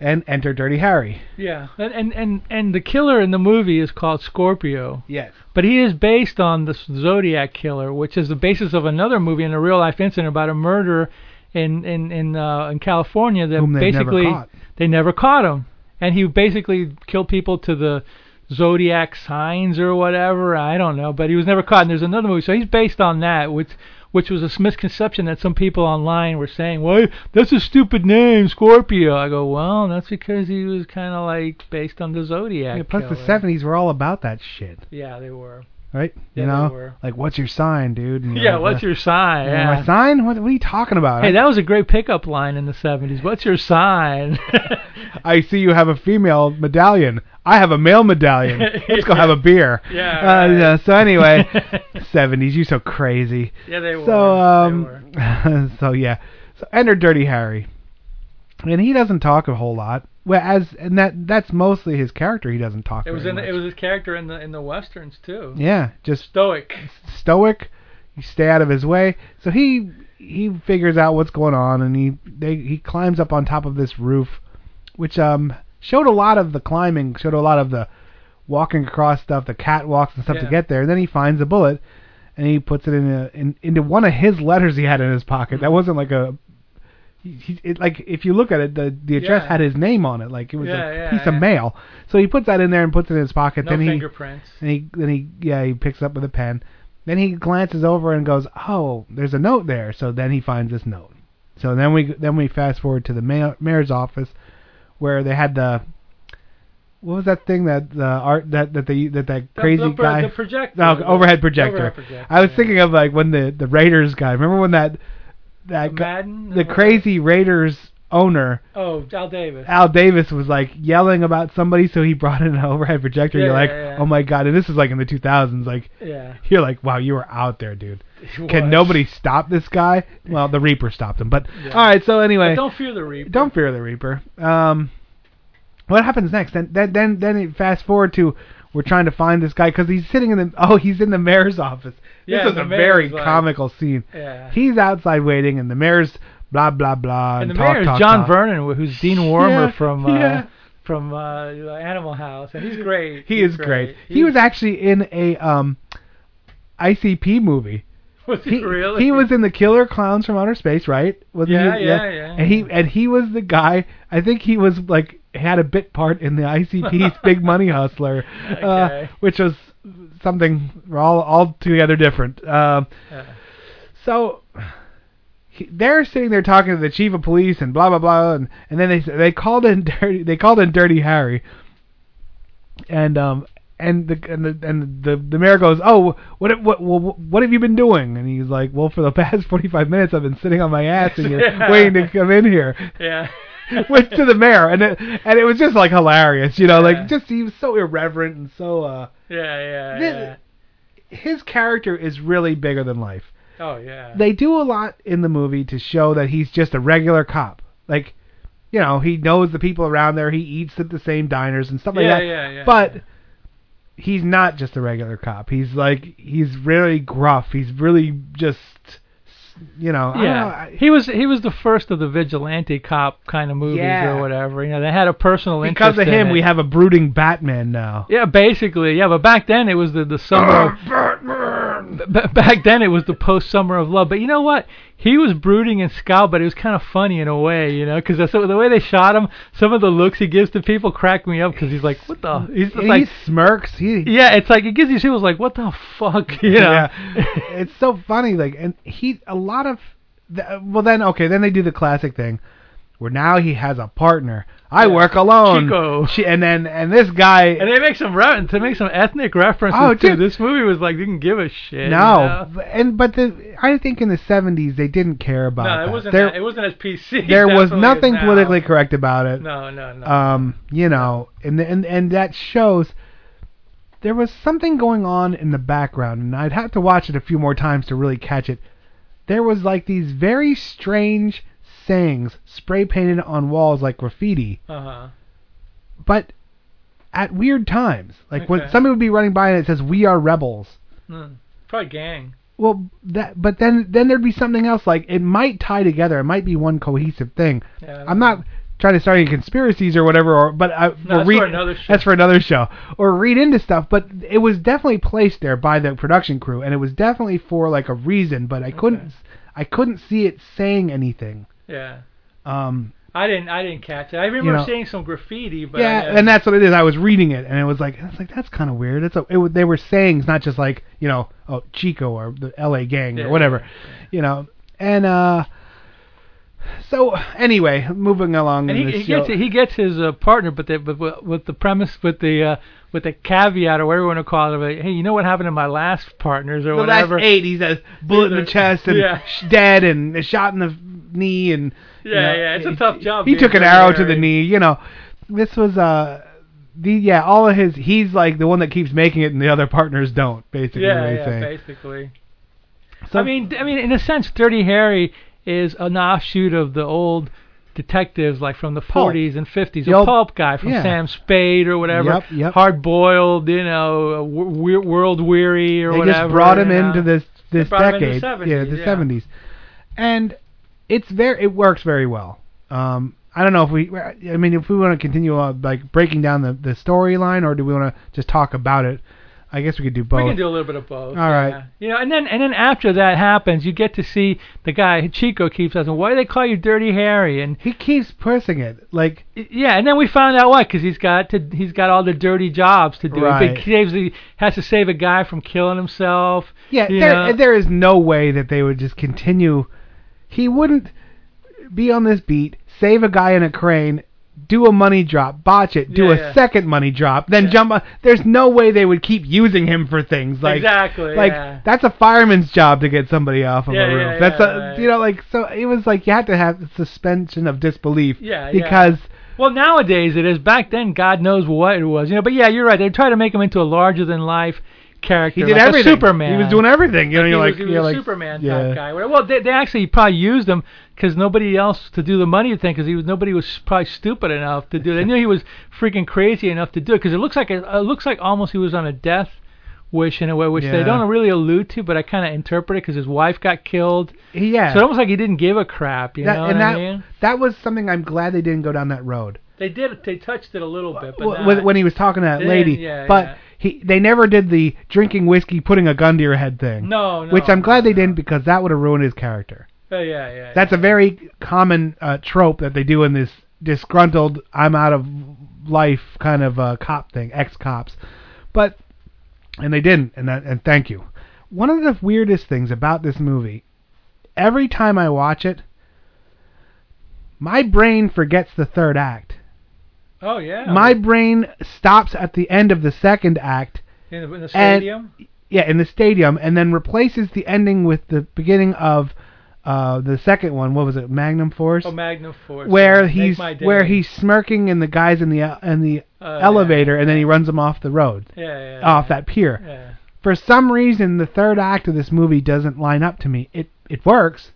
and enter Dirty Harry. Yeah, and, and and and the killer in the movie is called Scorpio. Yes. But he is based on the Zodiac Killer, which is the basis of another movie and a real life incident about a murder in in in, uh, in California that Whom they've never basically caught. they never caught him, and he basically killed people to the zodiac signs or whatever. I don't know, but he was never caught. And there's another movie, so he's based on that, which which was a misconception that some people online were saying, "Well, that's a stupid name, Scorpio." I go, "Well, that's because he was kind of like based on the zodiac." Yeah, plus, the killer." seventies were all about that shit, Yeah, they were. right? you Yeah, they know, were. like what's your sign, dude? And, Yeah, like, what's uh, your sign? yeah, Yeah. My sign? What, what are you talking about? Hey, that was a great pickup line in the 70s. What's your sign? I see you have a female medallion. I have a male medallion. Let's go have a beer. Yeah, Uh, right. yeah, so anyway, seventies. You so crazy. Yeah, they were. They So um, so yeah. So enter Dirty Harry, and he doesn't talk a whole lot. Well, as and that that's mostly his character. He doesn't talk. it was very in the, it much. was his character in the in the westerns too. yeah, just Stoic. stoic. You stay out of his way. So he he figures out what's going on, and he they, he climbs up on top of this roof, which um showed a lot of the climbing, showed a lot of the walking across stuff, the catwalks and stuff to Yeah. get there. And then he finds a bullet, and he puts it in, a, in into one of his letters he had in his pocket. Mm-hmm. That wasn't like a he- he, it, like if you look at it, the the address Yeah. had his name on it, like it was Yeah, a yeah, piece yeah. of mail. So he puts that in there and puts it in his pocket. No then he fingerprints. and he then he yeah he picks up with a pen. Then he glances over and goes, "Oh, there's a note there." So then he finds this note. So then we then we fast forward to the mayor, mayor's office where they had the what was that thing that the art that that the that that The- crazy the, pro- guy The projector. no the- overhead projector. overhead projector, I was yeah. thinking of like when the the Raiders guy. Remember when that that guy- Madden. the or- crazy Raiders owner Oh, Al Davis. Al Davis was like yelling about somebody, so he brought in an overhead projector. Yeah, you're like, yeah, yeah. oh my god! And this is like in the 2000s. Like yeah. you're like, wow, you were out there, dude. he Can was. nobody stop this guy? Well, the Reaper stopped him. But Yeah. all right, so But anyway, don't fear the reaper. don't fear the Reaper. Um, what happens next? Then then then then it fast forward to we're trying to find this guy because he's sitting in the oh he's in the mayor's office. Yeah, this is the a very mayor's, like- comical scene. Yeah. He's outside waiting, and the mayor's blah blah blah. and the talk, mayor is talk, John talk. Vernon, who's Dean Warmer Yeah, from uh, yeah. from uh, Animal House, and he's great. He He's is great. He was actually in a um ICP movie. Was he, He, really? he was in the Killer Clowns from Outer Space, right? Wasn't Yeah, he? yeah, yeah. And he and he was the guy. I think he was like had a bit part in the ICP's Big Money Hustler, uh, Okay. which was something we're all all together different. Um, Yeah. so he, they're sitting there talking to the chief of police and blah blah blah, and, and then they they called in dirty they called in Dirty Harry, and um and the and the and the, the mayor goes, oh what what what what have you been doing? And he's like, well for the past 45 minutes I've been sitting on my ass and you're Yeah. waiting to come in here. Yeah. Went to the mayor and it and it was just like hilarious, you know, Yeah. like just he was so irreverent and so uh Yeah, yeah, This- yeah. his character is really bigger than life. Oh yeah. they do a lot in the movie to show that he's just a regular cop. Like, you know, he knows the people around there. He eats at the same diners and stuff like Yeah, that. yeah, yeah, but yeah. he's not just a regular cop. He's like he's really gruff. He's really just, you know, I yeah, don't know, he was he was the first of the vigilante cop kind of movies Yeah. or whatever. You know, they had a personal I, because interest of in him, it. we have a brooding Batman now. yeah, basically, yeah. But back then, it was the the summer. B- b- back then, it was the post summer of love. But you know what? He was brooding and scowl, but it was kind of funny in a way, you know, because the way they shot him, some of the looks he gives to people crack me up because he's like, what the? He's just he like, smirks. He yeah, it's like it gives you chills, like what the fuck, you know? it's so funny. Like, and he a lot of the, well, then okay, then they do the classic thing where now he has a partner. I Yeah. work alone. Chico. She, and then and this guy. And they make some re- to make some ethnic references Oh, too. dude. This movie was like didn't give a shit. you no, know? and but the I think in the seventies they didn't care about No, that. it wasn't. there that- it wasn't as PC. there was definitely as nothing now. politically correct about it. No, no, no. um, you know, and and and that shows there was something going on in the background, and I'd have to watch it a few more times to really catch it. There was like these very strange sayings spray painted on walls like graffiti, uh huh. but at weird times, like when Okay. somebody would be running by and it says "We are rebels." Mm. Probably gang. Well, that but then then there'd be something else like it might tie together. It might be one cohesive thing. Yeah, I don't I'm not trying to start any conspiracies or whatever, or but I, No, or that's read, for another show. That's for another show. Or read into stuff, but it was definitely placed there by the production crew, and it was definitely for like a reason. But I couldn't, Okay. I couldn't see it saying anything. Yeah. Um, I didn't. I didn't catch it. I remember You know- seeing some graffiti, but yeah, I, and that's what it is. I was reading it, and it was like, I was like, that's kind of weird. It's a, it, wa- they were saying it's not just like you know, oh Chico or the L.A. gang Yeah, or whatever, you know. And uh, so anyway, moving along. And in he, this he gets show- he gets his uh, partner, but, they, but with- with the premise, with the uh, with the caveat or whatever you want to call it, like, hey, you know what happened to my last partners or the whatever? last eight, he says bullet in the chest and Yeah. sh- dead and shot in the knee and you Yeah, know, yeah, it's a he- tough job He being took an arrow to military. the knee. You know, this was uh, the yeah, all of his. He's like the one that keeps making it, and the other partners don't. Basically, yeah, what he's yeah, saying. basically. So- I mean, I mean, in a sense, Dirty Harry is an offshoot of the old detectives, like from the Pulp. 40s and 50s, The the old- pulp guy from yeah. Sam Spade or whatever, Yep, yep. hard-boiled, you know, w- world weary or they whatever. just brought him you know. into this this brought him in the decade, yeah, 70s, the yeah. seventies, and it's very it works very well. Um, I don't know if we, I mean, if we want to continue uh, like breaking down the the storyline, or do we want to just talk about it? I guess we could do both. We can do a little bit of both. All right. yeah. You know, and then and then after that happens, you get to see the guy Chico keeps asking, "Why do they call you Dirty Harry?" And He keeps pushing it, like yeah, and then we found out why, because he's got to he's got all the dirty jobs to do. Right. He saves he has to save a guy from killing himself. yeah. you There, know. there is no way that they would just continue. He wouldn't be on this beat, save a guy in a crane, do a money drop, botch it, do Yeah, a yeah. second money drop, then jump on. There's no way they would keep using him for things like exactly. like yeah. that's a fireman's job to get somebody off of Yeah, a yeah, roof. yeah, that's a right. you know like so it was like you had to have suspension of disbelief Yeah, yeah. because Well, nowadays it is. Back then, God knows what it was. You know, but yeah, you're right. They tried to make him into a larger than life character. he did like a everything. Superman. He was doing everything. You know, he you're was, like he was you're a like Superman yeah. type guy. Well, they, they actually probably used him because nobody else to do the money thing because he was nobody was probably stupid enough to do. it. They knew he was freaking crazy enough to do it because it looks like it, it looks like almost he was on a death wish in a way, which they Yeah. don't really allude to, but I kind of interpret it because his wife got killed. He- Yeah, So it's almost like he didn't give a crap, you That- know and what that I mean? that was something I'm glad they didn't go down that road. They did. They touched it a little bit, but Wh- when, not- when he was talking to that Then, lady, yeah, but yeah. he they never did the drinking whiskey, putting a gun to your head thing. no, no, which I'm glad they no. didn't because that would have ruined his character. Oh, yeah, yeah. That's a very common uh, trope that they do in this disgruntled, I'm out of life kind of uh, cop thing, ex cops. But and they didn't, and that, and thank you. One of the weirdest things about this movie, every time I watch it, my brain forgets the third act. oh yeah. My brain stops at the end of the second act, in the, in the and- stadium. yeah, in the stadium, and then replaces the ending with the beginning of uh, the second one. What was it, Magnum Force? oh, Magnum Force. where yeah, Make he's my day. where he's smirking and the guys in the uh, in the Oh, yeah. elevator, and then he runs them off the road, Yeah, yeah, yeah. off that pier. Yeah. For some reason, the third act of this movie doesn't line up to me. It it works.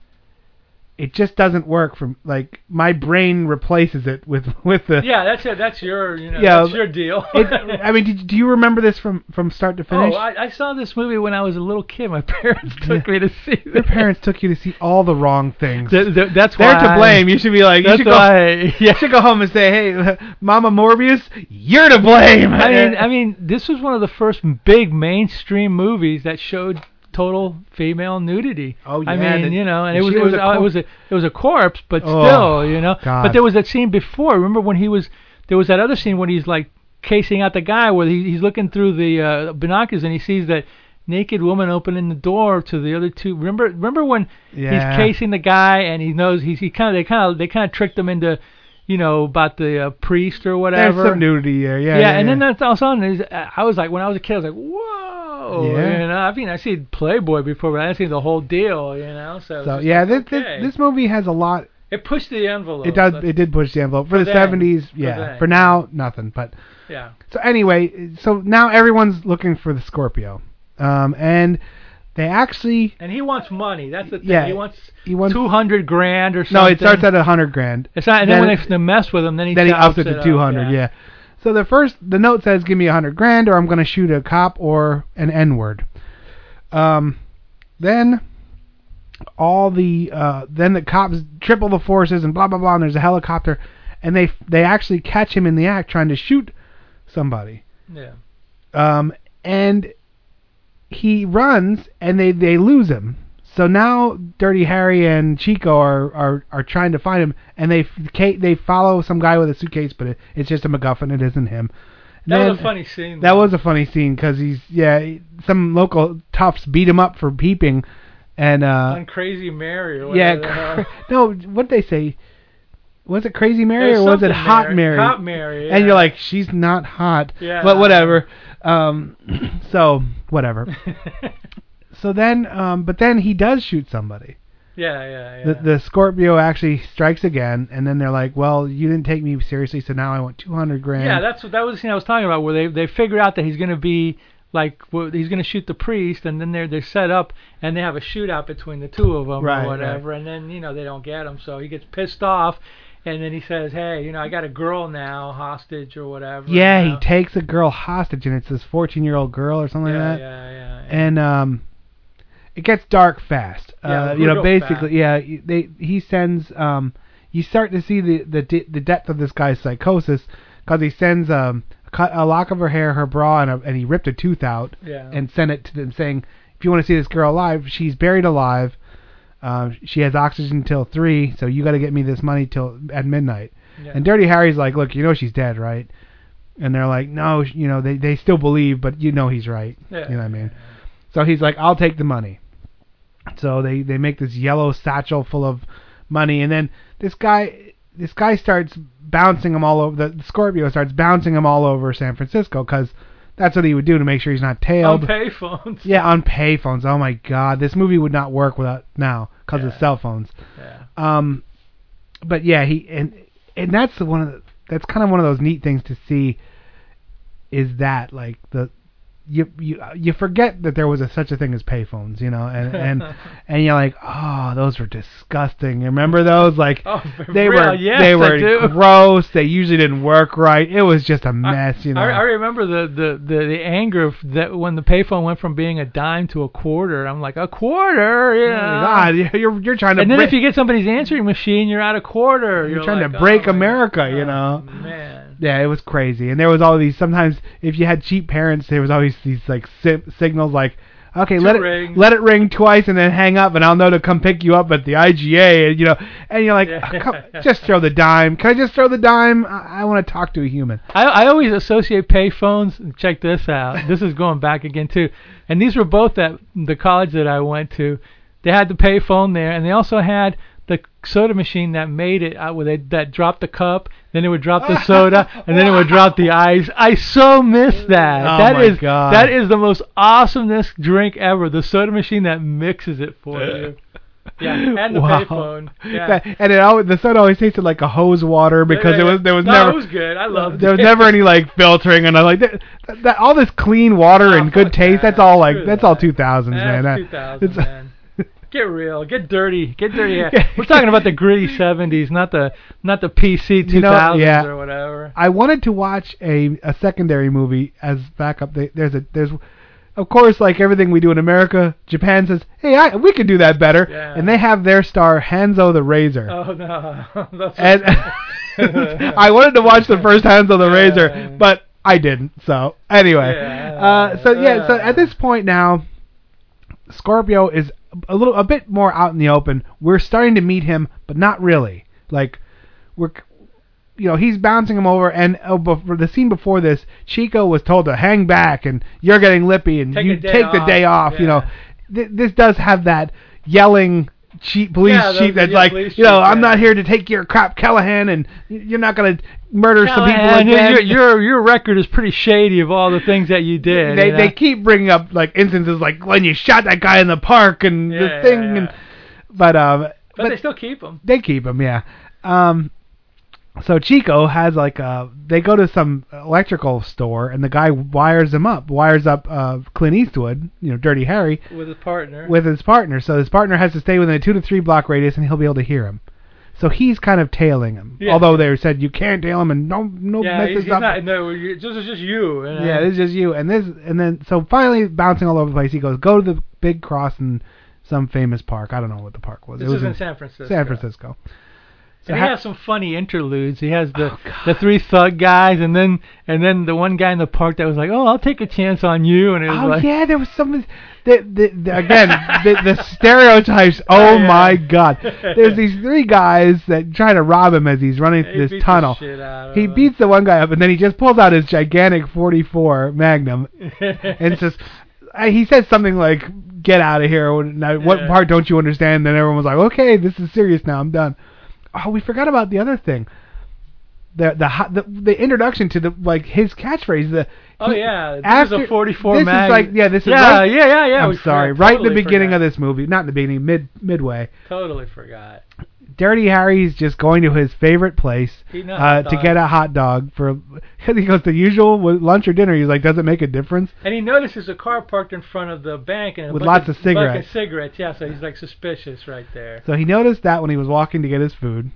It just doesn't work from like my brain replaces it with with the Yeah, that's it. That's your, you know, Yeah, that's your deal. It, I mean, did, do you remember this from from start to finish? oh, I, I saw this movie when I was a little kid. My parents took me to see. Your this. parents took you to see all the wrong things. Th- th- that's They're why to blame. You should be like, you That's should go, why. you should go home and say, hey, Mama Morbius, you're to blame. I mean, I mean, this was one of the first big mainstream movies that showed total female nudity. Oh, I yeah, mean, the- you know, and it she was it was was, a uh, it corp- was a it was a corpse, but Oh, still, you know. God. But there was that scene before. Remember when he was there was that other scene when he's like casing out the guy where he, he's looking through the uh, binoculars and he sees that naked woman opening the door to the other two. Remember remember when Yeah. he's casing the guy and he knows he's he kind of they kind of they kind of tricked him into you know about the uh, priest or there's whatever some nudity there. Yeah, yeah, and then yeah. that's also on is uh, I was like when I was a kid I was like whoa Yeah. you know I mean I seen Playboy before but I didn't see the whole deal you know so, it's so just yeah, like, this, okay. this this movie has a lot. it pushed the envelope It does That's- it did push the envelope for, the then. 70s. For Yeah, then. for now nothing. But yeah so anyway, so now everyone's looking for the Scorpio, um, and they actually and he wants money that's the thing Yeah. he wants he wants two hundred grand or something no, it starts at a hundred grand. it's not and then, then- when they, they mess with him then he then he ups chops it to up, 200 yeah. so the first the note says give me a 100 grand or i'm going to shoot a cop or an n word um then all the uh then the cops triple the forces and blah blah blah and there's a helicopter and they they actually catch him in the act trying to shoot somebody yeah um and he runs and they they lose him So now Dirty Harry and Chico are, are, are trying to find him, and they f- ca- they follow some guy with a suitcase, but it, it's just a MacGuffin. It isn't him. That was a Then- funny scene. That was a funny scene because he's yeah some local toughs beat him up for peeping, and uh on Crazy Mary. Or whatever the yeah hell. cr- no what they say was it Crazy Mary There's or was it something Hot Mary. Mary? Hot Mary, And yeah. you're like she's not hot, Yeah. but whatever. Um, so whatever. so then um but then he does shoot somebody. yeah, yeah, yeah. The, the Scorpio actually strikes again, and then they're like, "Well, you didn't take me seriously, so now I want 200 grand." yeah, that's what that was the scene I was talking about where they they figure out that he's going to be like wh- he's going to shoot the priest, and then they're they're set up and they have a shootout between the two of them Right, right. or whatever, and then you know they don't get him, so he gets pissed off, and then he says, "Hey, you know I got a girl now, hostage or whatever." Yeah, you he know? takes a girl hostage, and it's this 14 year old girl or something yeah, like that. yeah, yeah, yeah. And um, it gets dark fast. Yeah, uh, you know, real basically, fast. yeah. They he sends um, you start to see the the de- the depth of this guy's psychosis because he sends um a, cut, a lock of her hair, her bra, and a, and he ripped a tooth out Yeah. and sent it to them saying, if you want to see this girl alive, she's buried alive. Um, she has oxygen till three, so you got to get me this money till at midnight. Yeah. And Dirty Harry's like, look, you know she's dead, right? And they're like, no, sh- you know they they still believe, but you know he's right. Yeah. You know what I mean? So he's like, I'll take the money. So they they make this yellow satchel full of money, and then this guy this guy starts bouncing him all over. The, the Scorpio starts bouncing him all over San Francisco because that's what he would do to make sure he's not on tailed. payphones. Yeah, on payphones. Oh my God, this movie would not work without now because of Yeah. cell phones. Yeah. Um, but yeah, he and and that's one of the, that's kind of one of those neat things to see is that like the you you you forget that there was a, such a thing as payphones, you know, and and and you're like, oh, those were disgusting. Remember those? Like Oh, for they real? were Yes, they I were do. gross. They usually didn't work right. It was just a mess, you know. I, I remember the, the, the, the anger of that when the payphone went from being a dime to a quarter. I'm like a quarter, Oh my yeah. God, you're you're trying to and then break, if you get somebody's answering machine, you're out a quarter. you're, You're trying like, to break oh my America, you know. God, Man. Yeah, it was crazy, and there was all these. Sometimes, if you had cheap parents, there was always these like si- signals, like, okay, let rings. it let it ring twice and then hang up, and I'll know to come pick you up at the IGA, and you know, and you're like, Yeah. "Oh, come, just throw the dime. Can I just throw the dime? I, I want to talk to a human. I, I always associate payphones. Check this out. This is going back again too. And these were both at the college that I went to. They had the payphone there, and they also had the soda machine that made it. Uh, where they that dropped the cup, then it would drop the soda, and then it would drop the ice. I so miss that. Oh That my is- God. that is the most awesomeness drink ever. The soda machine that mixes it for you. Yeah, and the Uh. Wow. payphone. Yeah. That- and it always the soda always tasted like a hose water because it was there was no, never it was good. I loved there was it. never any like filtering and I like that, that all this clean water Oh, and good fuck taste. that. That's all like Screw that's that. all 2000s, man. That's That- 2000, it's- Eh, man. Get real, get dirty, get dirty. Yeah. We're talking about the gritty 70s, not the not the PC 2000s You know, yeah. or whatever. I wanted to watch a a secondary movie as backup. They, there's a there's, of course, like everything we do in America, Japan says, "Hey, I, we could do that better," Yeah. and they have their star Hanzo the Razor. Oh no, that's And I wanted to watch the first Hanzo the Razor, but I didn't. So anyway, Yeah. uh, so yeah, so at this point now, Scorpio is a little a bit more out in the open. We're starting to meet him, but not really. Like we're you know, he's bouncing him over, and uh, bef- the scene before this, Chico was told to hang back, and you're getting lippy, and Take you the day take the off, day off. You yeah. know, Th- this does have that yelling cheap police Yeah, those- chief that's yeah, like, police you know, chief, I'm not yeah. here to take your crap, Callahan, and y- you're not gonna murder some people Callahan, again. your, your your record is pretty shady of all the things that you did. they you know? they keep bringing up like instances like when you shot that guy in the park and Yeah, the yeah, thing, yeah. and but um, but, they still keep them. they keep him, yeah. Um, so Chico has like uh they go to some electrical store and the guy wires him up, wires up uh Clint Eastwood, you know, Dirty Harry, with his partner. with his partner. So his partner has to stay within a two to three block radius and he'll be able to hear him. So he's kind of tailing him, Yeah. although they said you can't tail him and no no yeah, messes he's, he's up. not. No, you, this is just you. you know? Yeah, this is just you. And this, and then so finally bouncing all over the place, he goes go to the big cross in some famous park. I don't know what the park was. this it was is in in San Francisco. San Francisco. So he has some funny interludes. He has the the three thug guys, and then and then the one guy in the park that was like, "Oh, I'll take a chance on you," and it was Oh like, yeah, there was some. The, the, the, again, the, the stereotypes. Oh Yeah. my God! There's these three guys that try to rob him as he's running He through beat this the tunnel. shit out of He him. beats the one guy up, and then he just pulls out his gigantic 44 Magnum, and it's just I, he says something like, "Get out of here!" What- Now, what Yeah. part don't you understand? And then everyone was like, "Okay, this is serious now. I'm done." Oh, we forgot about the other thing. The the hi- the, the introduction to the like his catchphrase. The Oh he- yeah, this after, is a 44 This mag. is like yeah, this yeah, is right, yeah, yeah, yeah. I'm we sorry, forgot. right in Totally the beginning forgot. of this movie, not in the beginning, mid midway. Totally forgot. Dirty Harry's just going to his favorite place He knows uh, hot to dog. get a hot dog for. he goes the usual with lunch or dinner. He's like, does it make a difference? And he notices a car parked in front of the bank and a With bucket- lots of cigarettes. Bucket cigarettes, yeah. So he's like suspicious right there. So he noticed that when he was walking to get his food.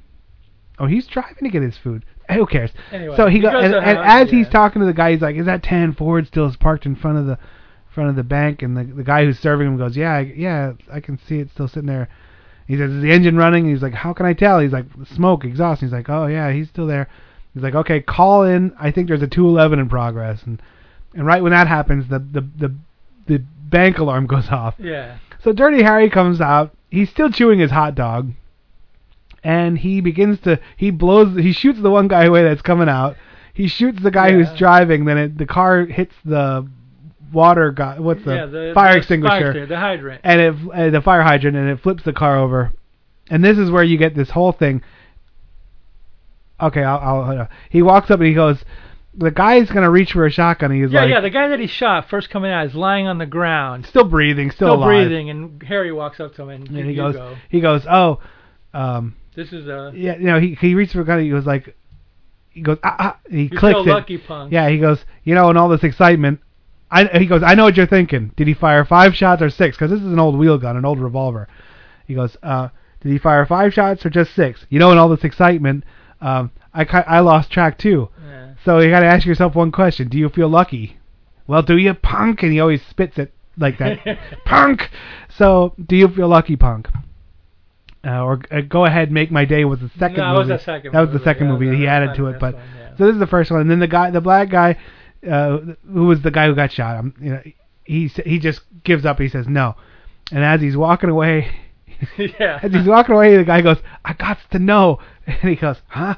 Oh, he's driving to get his food. Who cares? Anyway, so he he go, goes and, to and house, as he's yeah. talking to the guy, he's like, "Is that tan Ford still is parked in front of the front of the bank?" And the the guy who's serving him goes, "Yeah, I, yeah, I can see it still sitting there." He says, "Is the engine running?" he's like, "How can I tell?" He's like, "Smoke, exhaust." He's like, "Oh yeah, he's still there." He's like, "Okay, call in. I think there's a 211 in progress." And and right when that happens, the the the the bank alarm goes off. Yeah. So Dirty Harry comes out. He's still chewing his hot dog, and he begins to he blows he shoots the one guy away that's coming out. He shoots the guy Yeah. who's driving. Then it, the car hits the water guy. What's the, yeah, the fire the extinguisher? extinguisher, the hydrant. and it uh, the fire hydrant and it flips the car over. And this is where you get this whole thing. Okay, I'll. I'll hold on. he walks up and he goes, "The guy's gonna reach for a shotgun." And he's yeah, like, yeah. The guy that he shot first coming out is lying on the ground, still breathing, still, still alive. breathing, and Harry walks up to him and, And and he you goes, go. he goes, "Oh, um, This is a Yeah, you know, he he reached for a gun. He was like, he goes, ah, ah and he you're clicks so it. lucky punk. Yeah, he goes, you know, in all this excitement, I he goes, I know what you're thinking. Did he fire five shots or six? Because this is an old wheel gun, an old revolver. He goes, uh, did he fire five shots or just six? You know, in all this excitement, um, I ki- I lost track too. Yeah. So you got to ask yourself one question: Do you feel lucky? Well, do you, punk? And he always spits it like that, punk. So, do you feel lucky, punk? Uh, or uh, go ahead, make my day was the second No, it was movie. the second that was the movie, second yeah, movie no, he that's added not to this it. But one, yeah. so this is the first one, and then the guy, the black guy, uh, who was the guy who got shot. Um, you know, he s- he just gives up. He says no, and as he's walking away, yeah. as he's walking away, the guy goes, "I got to know," and he goes, "Huh?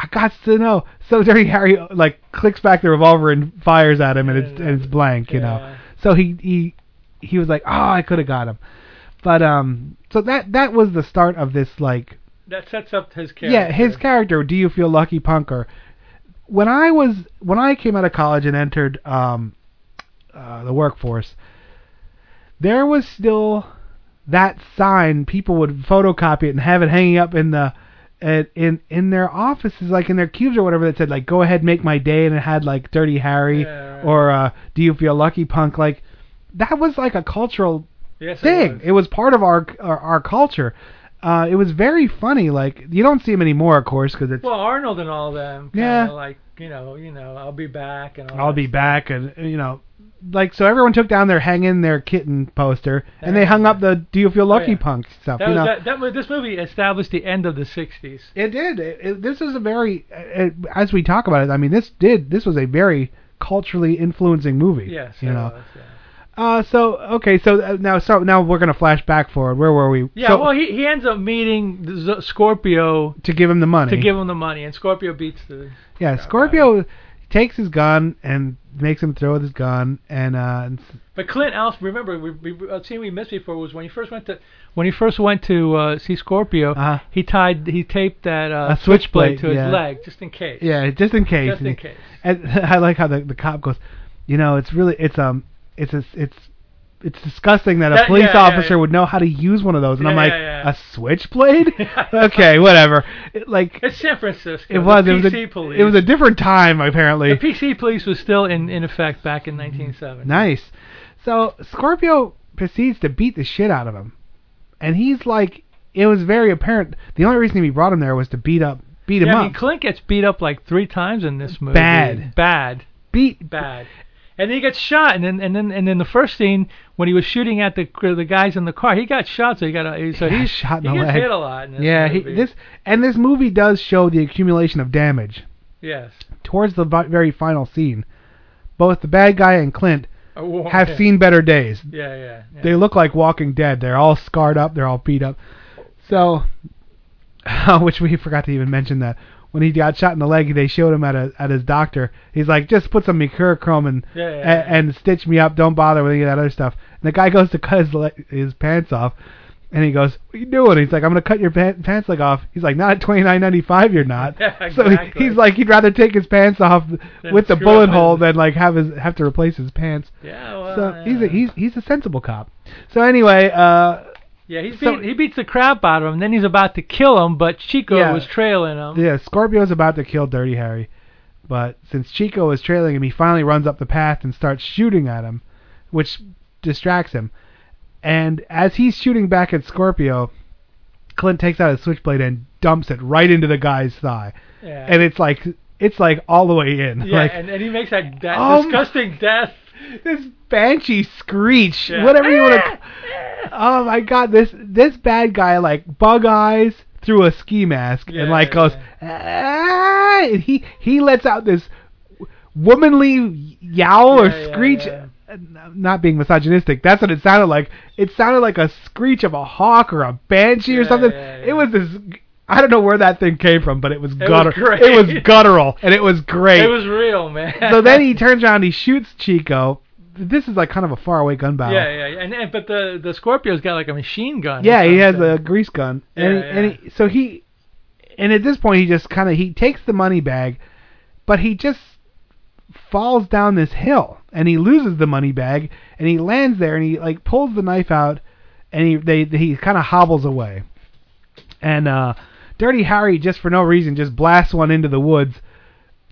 I got to know." So Dirty Harry like clicks back the revolver and fires at him, and it's and it's blank, you know. Yeah. So he he he was like, "Oh, I could have got him," but um, so that that was the start of this like That sets up his character. yeah his character. Do you feel lucky, punker? When I was when I came out of college and entered um uh, the workforce, there was still that sign. People would photocopy it and have it hanging up in the at- in in their offices, like in their cubes or whatever, that said like "Go ahead, make my day," and it had like "Dirty Harry" Yeah, right. or uh, "Do you feel lucky, punk?" Like that was like a cultural yes, it thing. was. It was part of our our, our culture. Uh, it was very funny. Like you don't see him anymore, of course, because it's Well, Arnold and all them. Kinda Yeah. Like you know, you know, I'll be back and all. I'll that be stuff. back, and you know, like so everyone took down their hang in their kitten poster and they hung up the "Do you feel lucky, Oh, yeah. punk?" stuff. That you was know, that, that. was- This movie established the end of the '60s. it did. It, it- this is a very uh, it, as we talk about it. I mean, this did. This was a very culturally influencing movie. Yes. you it know. was, yeah. Uh, so okay, so uh, now so now we're gonna flash back forward. Where were we? Yeah, So- well, he he ends up meeting the Z- Scorpio to give him the money. to give him the money, and Scorpio beats the. Yeah, Scorpio takes his gun and makes him throw his gun, and uh, and s- But Clint Alf, remember, we, we, a scene we missed before was when he first went to when he first went to uh, see Scorpio. Uh-huh. He tied he taped that uh, A switchblade, to his yeah. leg just in case. yeah, just in case. Just in case. And I like how the the cop goes, you know, it's really it's um it's a, it's it's disgusting that a That- police yeah, yeah, officer yeah. would know how to use one of those, and I'm Yeah, like, yeah, yeah. a switchblade? okay, whatever. It, like It's San Francisco. it was the it was PC a, police. it was a different time apparently. the PC police was still in, in effect back in 1970. Nice. So Scorpio proceeds to beat the shit out of him, and he's like, it was very apparent. The only reason he brought him there was to beat up, beat him Yeah, I up, mean, Clint gets beat up like three times in this movie. Bad. Bad. beat. Bad. And then he gets shot, and then and then and then the first scene when he was shooting at the the guys in the car, he got shot, so he got a, so he, He's shot in he the gets leg. hit a lot. In this yeah, he, movie. this and this movie does show the accumulation of damage yes, towards the vi- very final scene. Both the bad guy and Clint A war- have seen better days. Yeah, yeah, yeah. They look like Walking Dead. They're all scarred up. They're all beat up. So, which we forgot to even mention that when he got shot in the leg, they showed him at a, at his doctor. He's like, just put some mercurochrome and, Yeah, yeah, a- yeah. and stitch me up. Don't bother with any of that other stuff. And the guy goes to cut his le- his pants off. And he goes, "What you doing?" He's like, "I'm gonna cut your pa- pants leg off." He's like, "Not at 29.95, you're not." Yeah, So he- exactly. he's like, he'd rather take his pants off Than with the screw up bullet his- hole than like have his have to replace his pants. yeah. Well, uh, So Oh, yeah. he's a, he's he's a sensible cop. So anyway, uh, yeah, he's so- beat, he beats the crap out of him. Then he's about to kill him, but Chico Yeah. was trailing him. yeah, Scorpio's about to kill Dirty Harry, but since Chico is trailing him, he finally runs up the path and starts shooting at him, which distracts him. And as he's shooting back at Scorpio, Clint takes out his switchblade and dumps it right into the guy's thigh, Yeah, and it's like it's like all the way in. yeah, like, and, and he makes that, that Oh my- disgusting death. this banshee screech, Yeah. whatever you want to. Oh my god, this this bad guy like bug eyes through a ski mask Yeah, and like yeah, goes, "Ah," and he he lets out this womanly yowl or Yeah, yeah, screech. yeah. Uh, n- Not being misogynistic, that's what it sounded like. It sounded like a screech of a hawk or a banshee or Yeah, something. yeah, yeah. It was this. I don't know where that thing came from, but it was was guttural. great. it was guttural, and it was great It was real, man. so then he turns around, he shoots Chico. This is like kind of a faraway gun battle. Yeah, yeah, yeah. and, and but the the Scorpio's got like a machine gun. or Yeah, he has something. a grease gun, and, Yeah, he, and yeah. he, so he, and at this point he just kind of he takes the money bag, but he just falls down this hill and he loses the money bag and he lands there and he like pulls the knife out and he they he kind of hobbles away, and uh, Dirty Harry just for no reason just blasts one into the woods,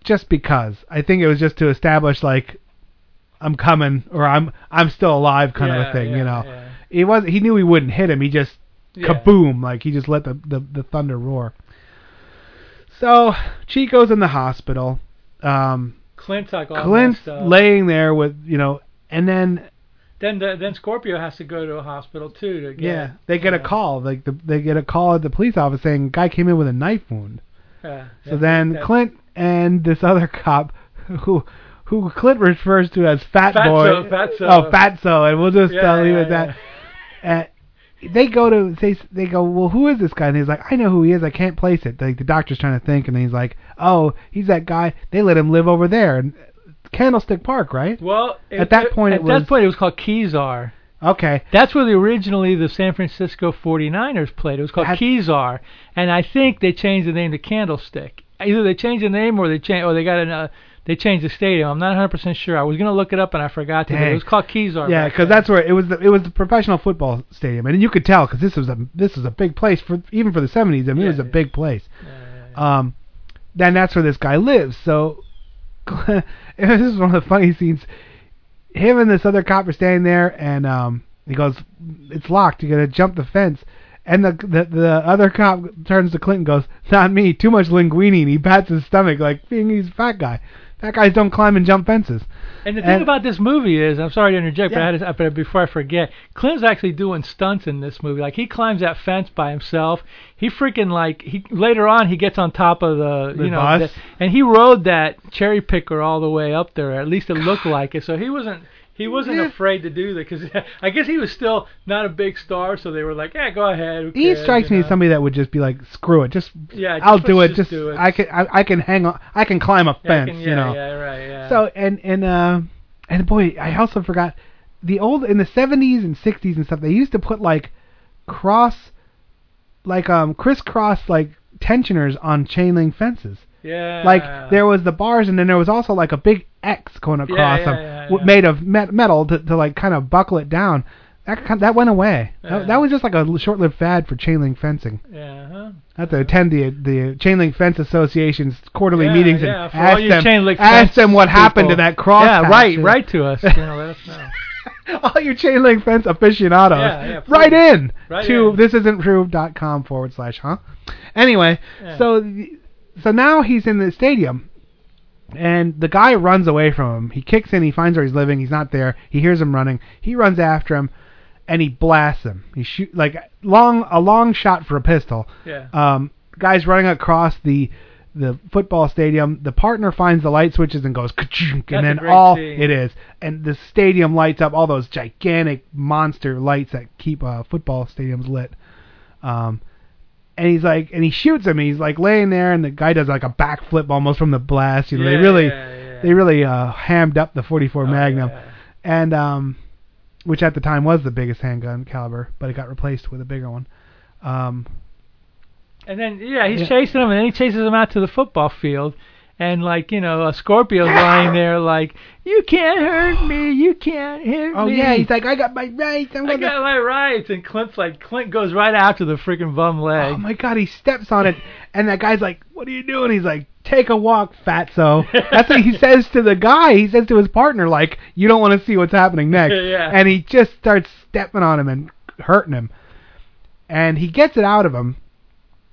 just because I think it was just to establish like. I'm coming, or I'm I'm still alive, kind of Yeah, a thing, yeah, you know. yeah. He was he knew he wouldn't hit him. He just Yeah. kaboom! Like he just let the, the, the thunder roar. So Chico's in the hospital. Um, Clint's like all Clint's messed up. laying there with you know, and then Then the, then Scorpio has to go to a hospital too to get. yeah, they get a call. Like the, they get a call at the police office saying guy came in with a knife wound. Yeah, So then Clint and this other cop who. Who Clint refers to as Fat Fatso, Boy? Fatso. Oh, Fatso, and we'll just Yeah, uh, leave yeah, it at that. uh, they go to they they go well who is this guy and he's like I know who he is I can't place it like the doctor's trying to think and he's like oh he's that guy they let him live over there and Candlestick Park right Well, At that point at it that was- point it was called Keysar. okay That's where the originally the San Francisco 49ers played. It was called That- Keysar, and I think they changed the name to Candlestick. Either they changed the name or they changed or they got an, uh, they changed the stadium. I'm not 100 percent sure. I was gonna look it up and I forgot to. But it Dang. was called Keysar. yeah back because then. that's where it was the, it was the professional football stadium and you could tell because this was a this was a big place for even for the 70s I mean Yeah, it was a yeah. big place Yeah, yeah, yeah. um then that's where this guy lives so this is one of the funny scenes him and this other cop are standing there and um he goes it's locked you gotta jump the fence and the, the the other cop turns to Clinton and goes not me too much linguine and he pats his stomach like being he's a fat guy fat guys don't climb and jump fences And the thing And- about this movie is, I'm sorry to interject, but, I Yeah. had to, but before I forget, Clint's actually doing stunts in this movie. Like he climbs that fence by himself. He freaking like he later on he gets on top of the, The you know bus? the- and he rode that cherry picker all the way up there. At least it looked like it. So he wasn't. He wasn't Yeah. afraid to do that because I guess he was still not a big star, so they were like, "Yeah, go ahead." who he cares," strikes you me know? as somebody that would just be like screw it just Yeah, I'll just- do it let's just, Just do it. I can I, I can hang on I can climb a Yeah, I fence can- yeah, you know Yeah, right. Yeah. So and and uh, and boy, I also forgot the old in the 70s and 60s and stuff. They used to put like cross, like um crisscross like tensioners on chain link fences. yeah. Like there was the bars, and then there was also like a big X going across yeah, them, yeah, w- yeah. made of met- metal to, to like kind of buckle it down. That kind that went away. Yeah. That, that was just like a l- short-lived fad for chain link fencing. Yeah. huh? I have to attend the the Chain Link Fence Association's quarterly Yeah, meetings yeah, and for all ask you them chain link ask fence them what happened to people. that cross. yeah, right. Write to us. You know, let us know. all your chain link fence aficionados. Yeah, yeah, please. right in Right to in. thisisn'tprove.com forward slash huh. Anyway, Yeah. so so now he's in the stadium, And the guy runs away from him. He kicks in, he finds where he's living, he's not there. He hears him running. He runs after him and he blasts him. He shoot like long a long shot for a pistol. Yeah. Um guys running across the the football stadium, the partner finds the light switches and goes ka-chunk, That's a and then great all scene. it is. And the stadium lights up all those gigantic monster lights that keep uh, football stadiums lit. Um and he's like and he shoots him. He's like laying there and the guy does like a backflip almost from the blast. You know, Yeah, they really yeah, Oh, yeah. they really uh hammed up the 44 Magnum. And um which at the time was the biggest handgun caliber, but it got replaced with a bigger one. Um, And then yeah, he's Yeah. chasing him, and then he chases him out to the football field, and like you know, a Scorpio's lying there like, "You can't hurt me, you can't hit oh me." yeah, he's like, I got my rights. I'm "I gonna. got my rights," and Clint's like, Clint goes right after the freaking bum leg. oh my god, he steps on it, and that guy's like, "What are you doing?" He's like, "Take a walk, fatso." That's what he says to the guy. He says to his partner, like, "You don't want to see what's happening next." Yeah. And he just starts stepping on him and hurting him, and he gets it out of him.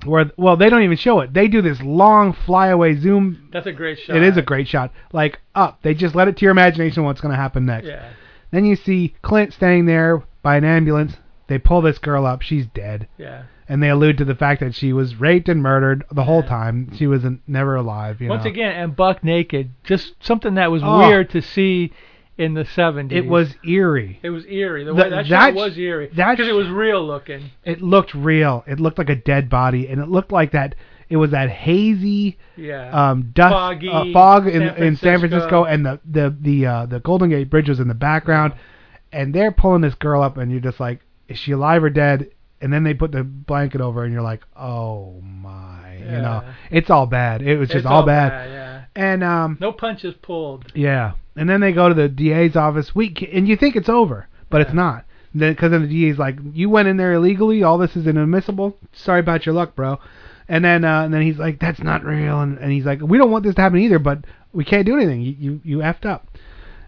Where well, they don't even show it. They do this long flyaway zoom That's a great shot. It is a great shot. Like up, they just let it to your imagination what's going to happen next. Yeah. Then you see Clint standing there by an ambulance. They pull this girl up. She's dead, Yeah. and they allude to the fact that she was raped and murdered the whole time. She was n- never alive. You Once know. again, and buck naked, just something that was Oh. weird to see in the 70s. it was eerie. It was eerie. The, The- way that, shot that- was eerie that- because it was real looking. It looked real. It looked like a dead body, and it looked like that. It was that hazy Yeah. um, dust Foggy, uh, fog in San in San Francisco, Francisco. and the the the uh, the Golden Gate Bridge was in the background, and they're pulling this girl up, and you're just like, is she alive or dead? And then they put the blanket over, her and you're like, oh my, you know, Yeah. it's all bad. It was just It's all, bad. yeah. And um, No punches pulled. yeah, and then they go to the DA's office. We ca- and you think it's over, but it's not. Because then, the DA's like, "You went in there illegally. All this is inadmissible. Sorry about your luck, bro." And then uh, and then he's like, "That's not real." And, and he's like, "We don't want this to happen either, but we can't do anything. You you, you effed up."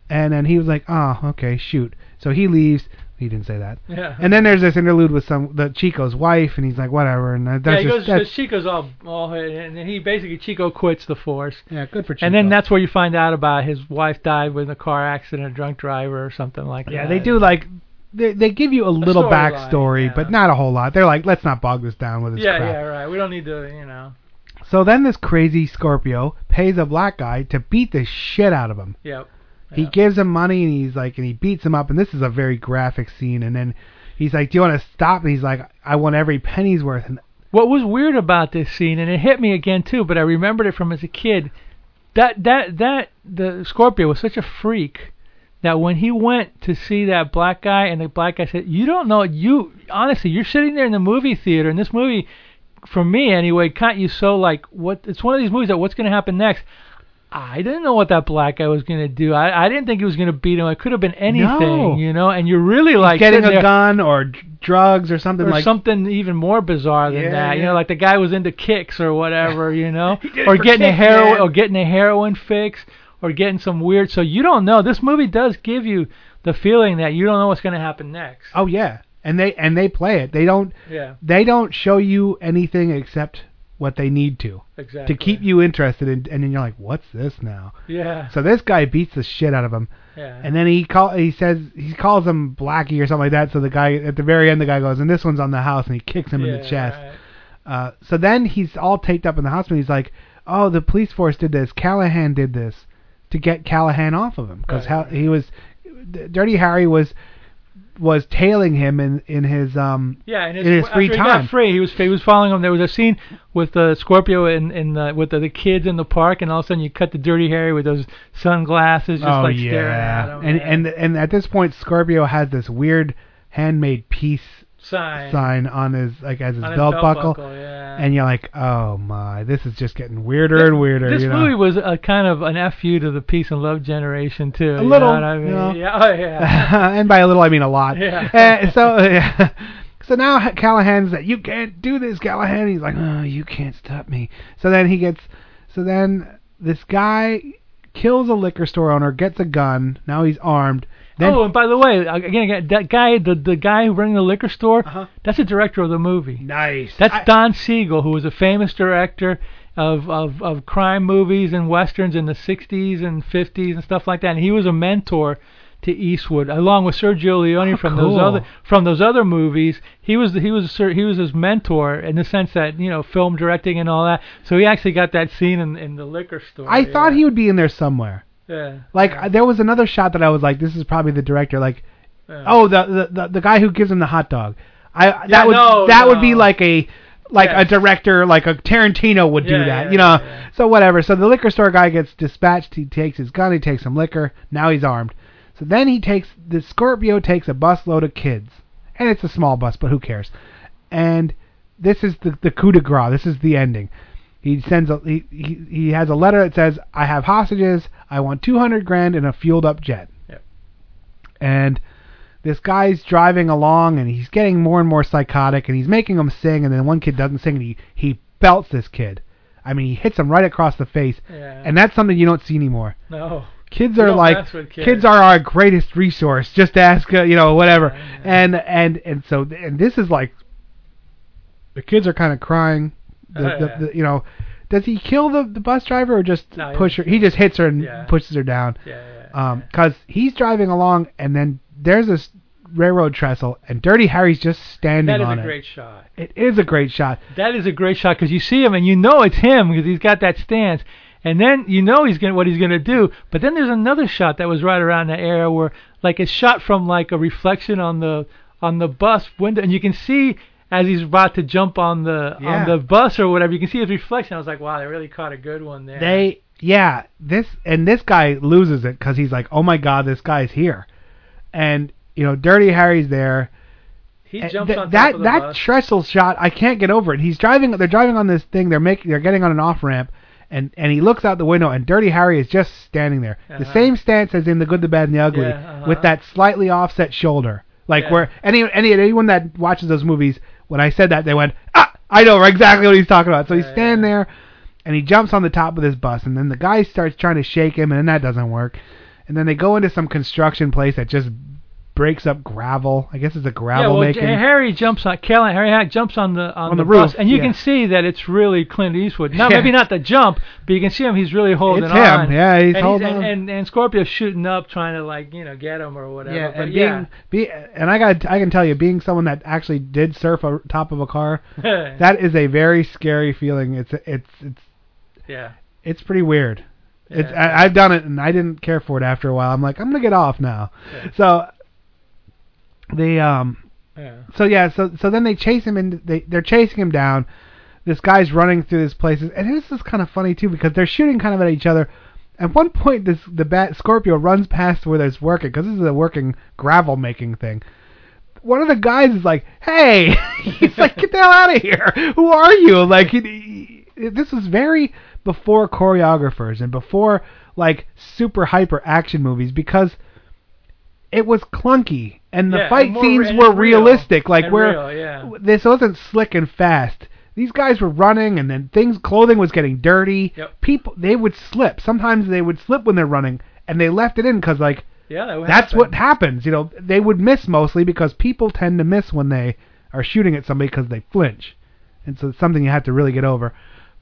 And then he was like, "Oh, okay, shoot." So he leaves. He didn't say that. Yeah. And then there's this interlude with some the Chico's wife, and he's like, "Whatever." And that- yeah, that's he goes. just that's, Chico's all, all, and then he basically Chico quits the force, yeah, good for Chico. and then that's where you find out about his wife died with a car accident, a drunk driver, or something like Yeah, that. they do like they they give you a little storyline, backstory, yeah. but not a whole lot. They're like, let's not bog this down with this Yeah, crap. yeah, right. We don't need to, you know. So then this crazy Scorpio pays a black guy to beat the shit out of him. Yep. He Yeah. gives him money and he's like, and he beats him up. And this is a very graphic scene. And then he's like, do you want to stop? And he's like, I want every penny's worth. And What was weird about this scene, and it hit me again too, but I remembered it from as a kid. That that that the Scorpio was such a freak that when he went to see that black guy, and the black guy said, "You don't know you honestly. You're sitting there in the movie theater, and this movie, for me anyway, caught you so like what? It's one of these movies that what's going to happen next." I didn't know what that black guy was going to do. I, I didn't think he was going to beat him. It could have been anything, No. you know. And you're really like getting sitting a there, gun or d- drugs or something or like something even more bizarre than Yeah, that. You yeah. know, like the guy was into kicks or whatever, you know, did it or for getting a kicks, heroin man. or getting a heroin fix or getting some weird. So you don't know. This movie does give you the feeling that you don't know what's going to happen next. Oh yeah. And they and they play it. They don't Yeah, they don't show you anything except what they need to exactly. to keep you interested. In, and then you're like, what's this now? Yeah, So this guy beats the shit out of him, yeah. and then he call he says he calls him Blackie or something like that. So the guy at the very end, the guy goes, and this one's on the house, and he kicks him in the Yeah, chest. right. Uh, so then he's all taped up in the hospital. He's like, oh, the police force did this. Callahan did this to get Callahan off of him because Right, right. he was D- Dirty Harry was was tailing him in in his um Yeah, and his, in his free after He time. got free. He was he was following him. There was a scene with the Scorpio and and the, with the, the kids in the park, and all of a sudden you cut the Dirty Harry with those sunglasses, just oh like staring at yeah, him. and yeah. and and at this point, Scorpio has this weird handmade peace sign, sign on his like as his, on his belt, buckle, yeah. and you're like, oh my, this is just getting weirder and weirder. This you know? movie was a kind of an fu to the peace and love generation too. A little, I mean? you know. Yeah, oh yeah. and by a little I mean a lot. Yeah. Uh, so yeah. so now Ha- Callahan's like, you can't do this, Callahan. He's like, oh, you can't stop me. So then he gets, so then this guy kills a liquor store owner, gets a gun. Now he's armed. Then oh, and by the way, again, again, that guy, the the guy who ran the liquor Uh-huh. store, that's the director of the movie. nice. That's I- Don Siegel, who was a famous director, of, of, of crime movies and westerns in the 60s and 50s and stuff like that. And he was a mentor to Eastwood, along with Sergio Leone Oh, from cool. those other from those other movies. He was he was Sir- he was his mentor in the sense that you know film directing and all that. So he actually got that scene in, in the liquor store. I thought he would be in there somewhere. Yeah. Like uh, there was another shot that I was like, this is probably the director. Like, Yeah. oh, the, the the the guy who gives him the hot dog. I that Yeah, would no, that would be no. like a like Yes. a director like a Tarantino would do Yeah, that. yeah, you know. So whatever. So the liquor store guy gets dispatched. He takes his gun. He takes some liquor. Now he's armed. So then he takes the Scorpio takes a bus load of kids, and it's a small bus, but who cares? And this is the the coup de grace. This is the ending. He sends a he, he he has a letter that says, "I have hostages. I want 200 grand in a fueled up jet." Yep. And this guy's driving along and he's getting more and more psychotic and he's making him sing and then one kid doesn't sing and he he belts this kid. I mean, he hits him right across the face. Yeah. And that's something you don't see anymore. No. Kids You are don't like mess with kids. are our greatest resource. Just ask, uh, you know, whatever. And and and so and this is like the kids are kind of crying. The, Oh, yeah. the, the, you know, does he kill the, the bus driver or just No, he push her? doesn't He just hits her and Yeah. pushes her down. Yeah, Um, cause he's driving along and then there's this railroad trestle and Dirty Harry's just standing That is on a it. great shot. it is a great shot. That is a great shot because you see him and you know it's him because he's got that stance, and then you know he's gonna what he's gonna do. But then there's another shot that was right around that area where like it's shot from like a reflection on the on the bus window, and you can see as he's about to jump on the Yeah. on the bus or whatever, you can see his reflection. I was like, wow, they really caught a good one there. They yeah this and this guy loses it because he's like oh my god this guy's here, and you know Dirty Harry's there. he And jumps eh, th- on top that of the that bus. trestle shot I can't get over it. He's driving. They're driving on this thing. They're making. They're getting on an off ramp, and and he looks out the window, and Dirty Harry is just standing there, the Uh-huh. same stance as in the Good, the Bad, and the Ugly, Yeah, uh-huh. with that slightly offset shoulder. Like Yeah. where any any anyone that watches those movies, when I said that, they went, ah, I know exactly what he's talking about. So he's standing there, and he jumps on the top of this bus, and then the guy starts trying to shake him, and then that doesn't work, and then they go into some construction place that just breaks up gravel. I guess it's a yeah, gravel well, making. J- Harry jumps on Kelly. Harry Hack jumps on the on, On the bus, roof, and you yeah. can see that it's really Clint Eastwood. Now Yeah. maybe not the jump, but you can see him. He's really holding It's him, on. yeah, he's and holding and, on. And, and Scorpio's shooting up, trying to like you know get him or whatever. Yeah, but and yeah, being be and I got I can tell you, being someone that actually did surf a top of a car, that is a very scary feeling. It's it's it's yeah. it's pretty weird. It's uh, Yeah. I, I've done it and I didn't care for it after a while. I'm like I'm gonna get off now. So they um Yeah. so yeah, so so then they chase him and they they're chasing him down. This guy's running through these places, and this is kind of funny too because they're shooting kind of at each other. At one point, this the bat Scorpio runs past where there's working because this is a working gravel making thing. One of the guys is like, "Hey," he's like, "Get the hell out of here! Who are you?" Like, he, he- this was very before choreographers and before like super hyper action movies because it was clunky and the Yeah, fight and more scenes re- were and real. realistic. Like And where real, yeah. this wasn't slick and fast. These guys were running, and then things, clothing was getting dirty. Yep. People, they would slip. Sometimes they would slip when they're running, and they left it in because like Yeah, that would that's happen. what happens. You know, they would miss mostly because people tend to miss when they are shooting at somebody because they flinch, and so it's something you have to really get over.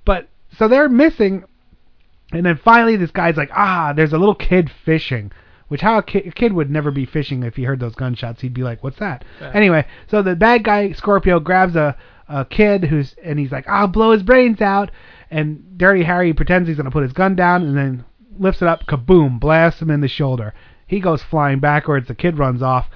But so they're missing, and then finally this guy's like, ah, there's a little kid fishing. Which how a kid, a kid would never be fishing if he heard those gunshots, he'd be like, "What's that?" Yeah. Anyway, so the bad guy Scorpio grabs a a kid who's and he's like, "I'll blow his brains out." And Dirty Harry pretends he's gonna put his gun down, and then lifts it up, kaboom, blasts him in the shoulder. He goes flying backwards. The kid runs off.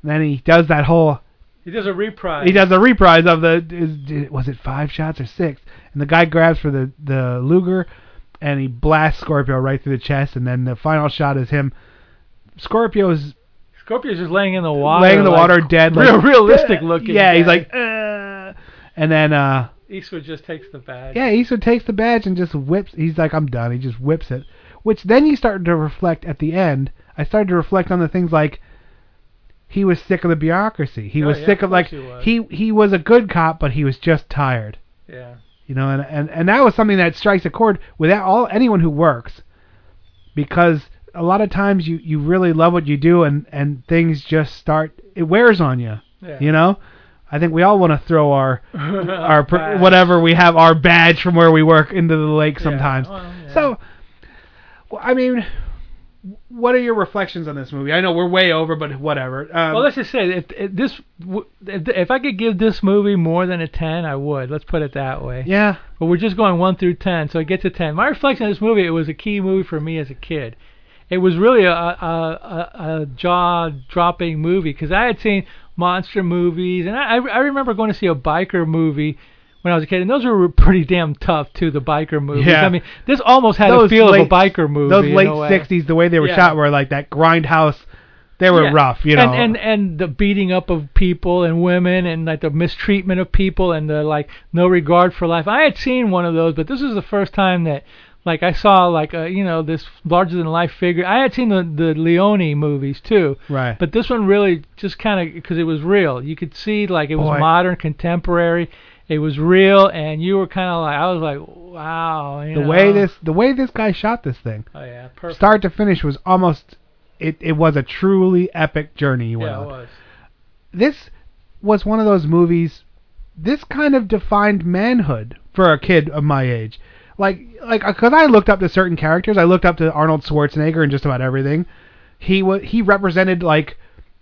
And then he does that whole He does a reprise. he does a reprise of the is, was it five shots or six? And the guy grabs for the the Luger, and he blasts Scorpio right through the chest. And then the final shot is him. Scorpio's Scorpio's just laying in the water, laying in the like, water dead, like, real realistic looking. Yeah, he's guy. like, uh, and then uh, Eastwood just takes the badge. yeah, Eastwood takes the badge and just whips. He's like, I'm done. He just whips it. Which then you start to reflect at the end. I started to reflect on the things like he was sick of the bureaucracy. He Oh, was yeah, sick of of like course he was. he he was a good cop, but he was just tired. yeah. You know, and and and that was something that strikes a chord with that- all anyone who works, because a lot of times you you really love what you do and and things just start it wears on you. Yeah. You know, I I think we all want to throw our our Our pr- badge. whatever we have our badge from where we work into the lake sometimes. Oh, So, well, I mean, what are your reflections on this movie? I know we're way over, but whatever. Um, well, let's just say if, if this w- if, if I could give this movie more than a ten, I would. Let's put it that way. yeah, But we're just going one through ten, so it gets a ten. My reflection on this movie, it was a key movie for me as a kid. It was really a a, a, a jaw dropping movie because I had seen monster movies, and I I I remember going to see a biker movie. When I was a kid, and those were pretty damn tough too. The biker movies. Yeah. I mean, this almost had a Those feel of a late- biker movie. those in a late way. '60s, the way they were Yeah. shot were like that grindhouse. They were Yeah. rough, you know. And, and and the beating up of people and women and like the mistreatment of people and the like no regard for life. I had seen one of those, but this was the first time that like I saw like a you know this larger than life figure. I had seen the the Leone movies too. right. But this one really just kind of because it was real. You could see like it was Boy. modern, contemporary. It was real, and you were kind of like I was like, wow. you the know? way this the way this guy shot this thing, Oh yeah, perfect. start to finish, was almost it. It was a truly epic journey you went yeah, on. it was. this was one of those movies this kind of defined manhood for a kid of my age like like cuz I looked up to certain characters I looked up to Arnold Schwarzenegger and just about everything he was he represented like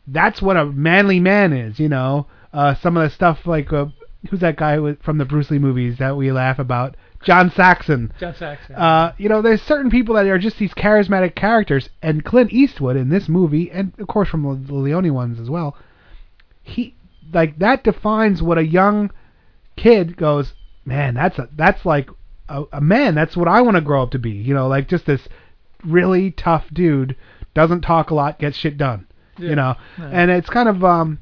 that's what a manly man is you know uh some of the stuff like uh, who's that guy with, from the Bruce Lee movies that we laugh about John Saxon John Saxon. uh, you know, there's certain people that are just these charismatic characters, and Clint Eastwood in this movie, and of course from the- the Leone ones as well, he like that defines what a young kid goes, man, that's a that's like a, a man. That's what I want to grow up to be. You know, like just this really tough dude, doesn't talk a lot, gets shit done. You know, and it's kind of um.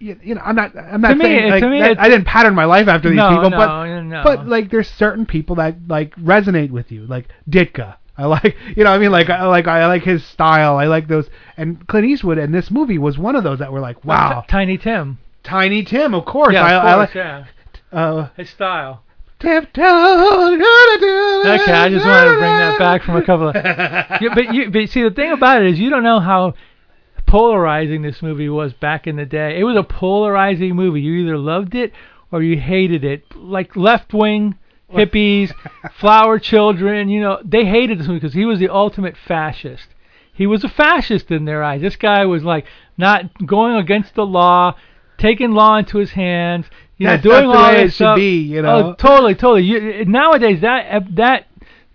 You, you know, I'm not. I'm not To me, saying it- like, to me, that- it's- I didn't pattern my life after these no, people, no, but no. but like, there's certain people that like resonate with you, like Ditka. I like, you know, what I mean, like, I like, I like his style. I like those, and Clint Eastwood in this movie was one of those that were like, wow, T- Tiny Tim. Tiny Tim, of course. Yeah, I, of I like, course, yeah. uh, His style. tiptoe. Okay, Okay, I just wanted to bring that back from a couple of. Yeah, but you, but see, the thing about it is, you don't know how polarizing this movie was back in the day. It was a polarizing movie. You either loved it or you hated it. Like left wing hippies, flower children. You know, they hated this movie because he was the ultimate fascist. He was a fascist in their eyes. This guy was like not going against the law, taking law into his hands. You That's- know, doing that's the all way this it should stuff. be, you Oh, know? totally, totally. You, nowadays, that that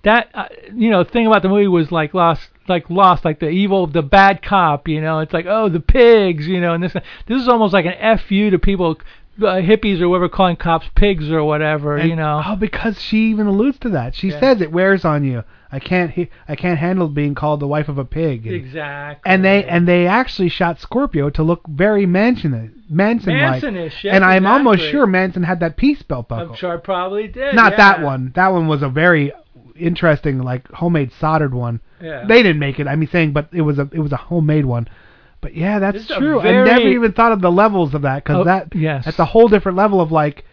that uh, you know thing about the movie was like lost like lost like the evil the bad cop you know it's like oh the pigs you know and this this is almost like an fu to people uh, hippies or whoever calling cops pigs or whatever And- you know Oh, because she even alludes to that. She Yeah. says it wears on you. I can't, he- I can't handle being called the wife of a pig. And, exactly and they and they actually shot Scorpio to look very Manson Manson like. Manson-ish, yes, and I'm almost exactly. sure Manson had that peace belt buckle. I'm sure I probably did Not yeah. that one. That one was a very interesting, like homemade soldered one. yeah. They didn't make it. I mean, saying, but it was a it was a homemade one. But yeah, that's This is a true. I very- never even thought of the levels of that because Oh, that yes. that's a whole different level of like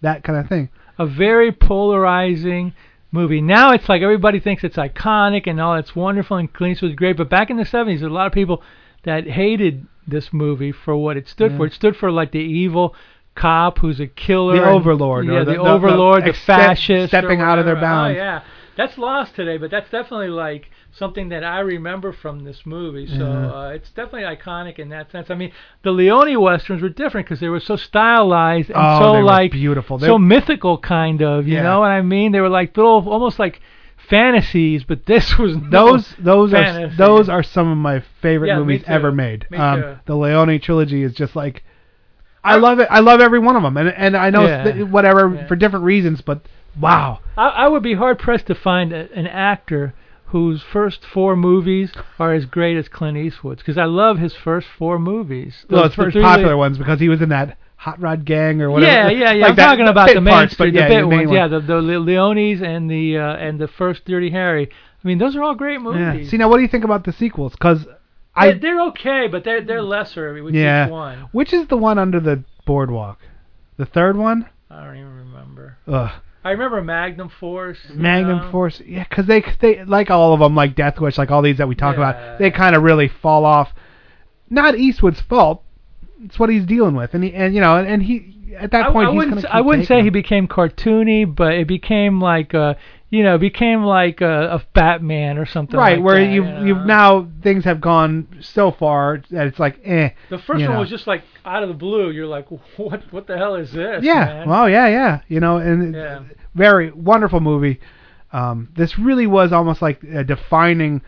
that kind of thing. a very polarizing movie. Now it's like everybody thinks it's iconic and all it's wonderful and Clint Eastwood's great, but back in the 70s, there were a lot of people that hated this movie for what it stood for. It stood for like the evil cop who's a killer, The and- overlord or yeah, the- the, the- the overlord, the, ex- step- fascist, or stepping out of their whatever. bounds. Oh yeah, that's lost today, but that's definitely like something that I remember from this movie. So uh, it's definitely iconic in that sense. I mean, the Leone westerns were different because they were so stylized and Oh, so they were like beautiful. They- so mythical kind of. You Yeah. know what I mean? They were like little, almost like fantasies, but this was no Those those are fantasy. those are some of my favorite Yeah, me movies too. ever made. Me too. Um, the Leone trilogy is just like I love it. I love every one of them, and and I know Yeah. th- whatever Yeah. for different reasons, but wow, I, I would be hard pressed to find a, an actor whose first four movies are as great as Clint Eastwood's because I love his first four movies. well, Those- it's first the three popular lead- ones because he was in that Hot Rod Gang or whatever. Yeah, yeah, yeah. Like I'm that- talking about bit the main, parts, but the yeah, bit the main ones. one. Yeah, the, the Le- Leones and the uh, and the first Dirty Harry. I mean, those are all great Yeah. movies. See now, what do you think about the sequels? Because I they're, they're okay, but they're they're lesser with yeah, each one. which is the one under the boardwalk? The third one? I don't even remember. Ugh. I remember Magnum Force. you Magnum know? Force, yeah, because they they like all of them, like Death Wish, like all these that we talk Yeah. about, they kind of really fall off. Not Eastwood's fault. it's what he's dealing with, and he, and you know, and, and he at that point I, I he's wouldn't. gonna I keep wouldn't taking say it. he became cartoony, but it became like a, you know, it became like a, a Batman or something. right like where that, you've you know? you've now things have gone so far that it's like eh. The first you one know. was just like out of the blue. You're like, what? What the hell is this? yeah. man? Well, uh, yeah, yeah. You know, and it- Yeah. very wonderful movie. Um, this really was almost like a defining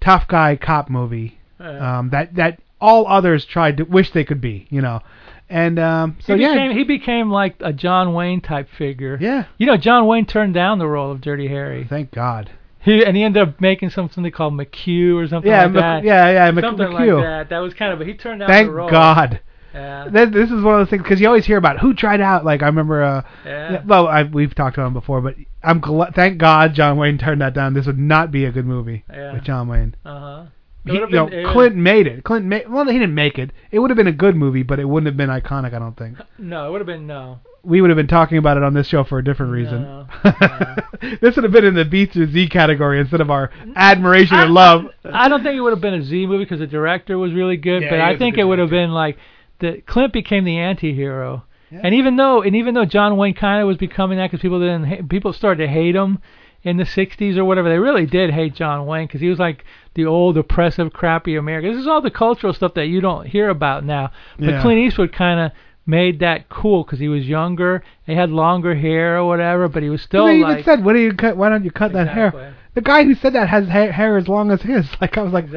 tough guy cop movie Yeah. um, that that all others tried to wish they could be. You know, and um, so he yeah, became, he became like a John Wayne type figure. yeah. You know, John Wayne turned down the role of Dirty Harry. Thank God. He and he ended up making something they call McHugh or something yeah, like Mc- that. yeah, yeah, Mc- something McHugh. like that. That was kind of a, he turned down Thank the role. God. Yeah. That, this is one of those things because you always hear about who tried out. Like I remember, uh, Yeah. well, I, we've talked about him before, but I'm glad. Thank God John Wayne turned that down. This would not be a good movie Yeah. with John Wayne. Uh-huh. It He, you would've know, been- it Clinton made it. Clinton made. Well, he didn't make it. It would have been a good movie, but it wouldn't have been iconic. I don't think would've- No, it would have been no. we would have been talking about it on this show for a different reason. No, no. this would have been in the B through Z category instead of our admiration and love. I don't think it would have been a Z movie because the director was really good, Yeah, but he I was a think good it would have been like the Clint became the anti-hero. And even though and even though John Wayne kind of was becoming that because people didn't ha- people started to hate him in the 60s or whatever, they really did hate John Wayne because he was like the old oppressive crappy America. This is all the cultural stuff that you don't hear about now. But Yeah. Clint Eastwood kind of made that cool because he was younger, he had longer hair or whatever, but he was still they like even said, "What do you cut? Why don't you cut that Exactly. hair?" The guy who said that has hair, hair as long as his. Like I was like, hmm,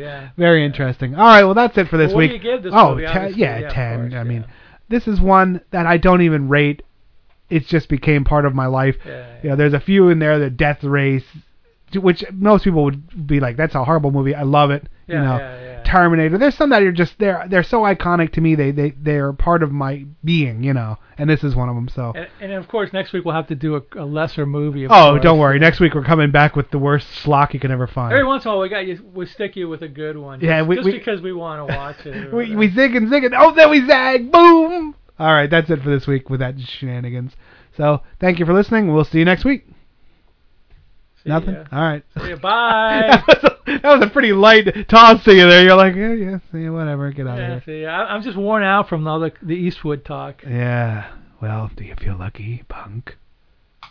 yeah. very interesting. All right, well that's it for this Well, what do week. you give this oh, movie, ten- obviously? yeah, Yeah, of ten. course, I yeah. mean, this is one that I don't even rate. It just became part of my life. Yeah. You know, there's a few in there that Death Race, which most people would be like, "That's a horrible movie. I love it." Yeah, you know, yeah, yeah. Terminator. There's some that are just they're they're so iconic to me. They they they're part of my being. You know, and this is one of them. So. And, and of course, next week we'll have to do a, a lesser movie. Of Oh, course. don't worry. Next week we're coming back with the worst schlock you can ever find. Every once in a while, we got you. We stick you with a good one. Yeah, just, we- just we- because we want to watch it. or we, whatever. we zig and zig and oh, then we zag. Boom. All right, that's it for this week with that shenanigans. So thank you for listening. We'll see you next week. See Nothing. ya. All right. See ya, bye. that, was a, that was a pretty light toss to you there. You're like, yeah, yeah, see, ya, whatever, get out yeah, of here. see ya. I, I'm just worn out from all the the Eastwood talk. Yeah. Well, do you feel lucky, punk?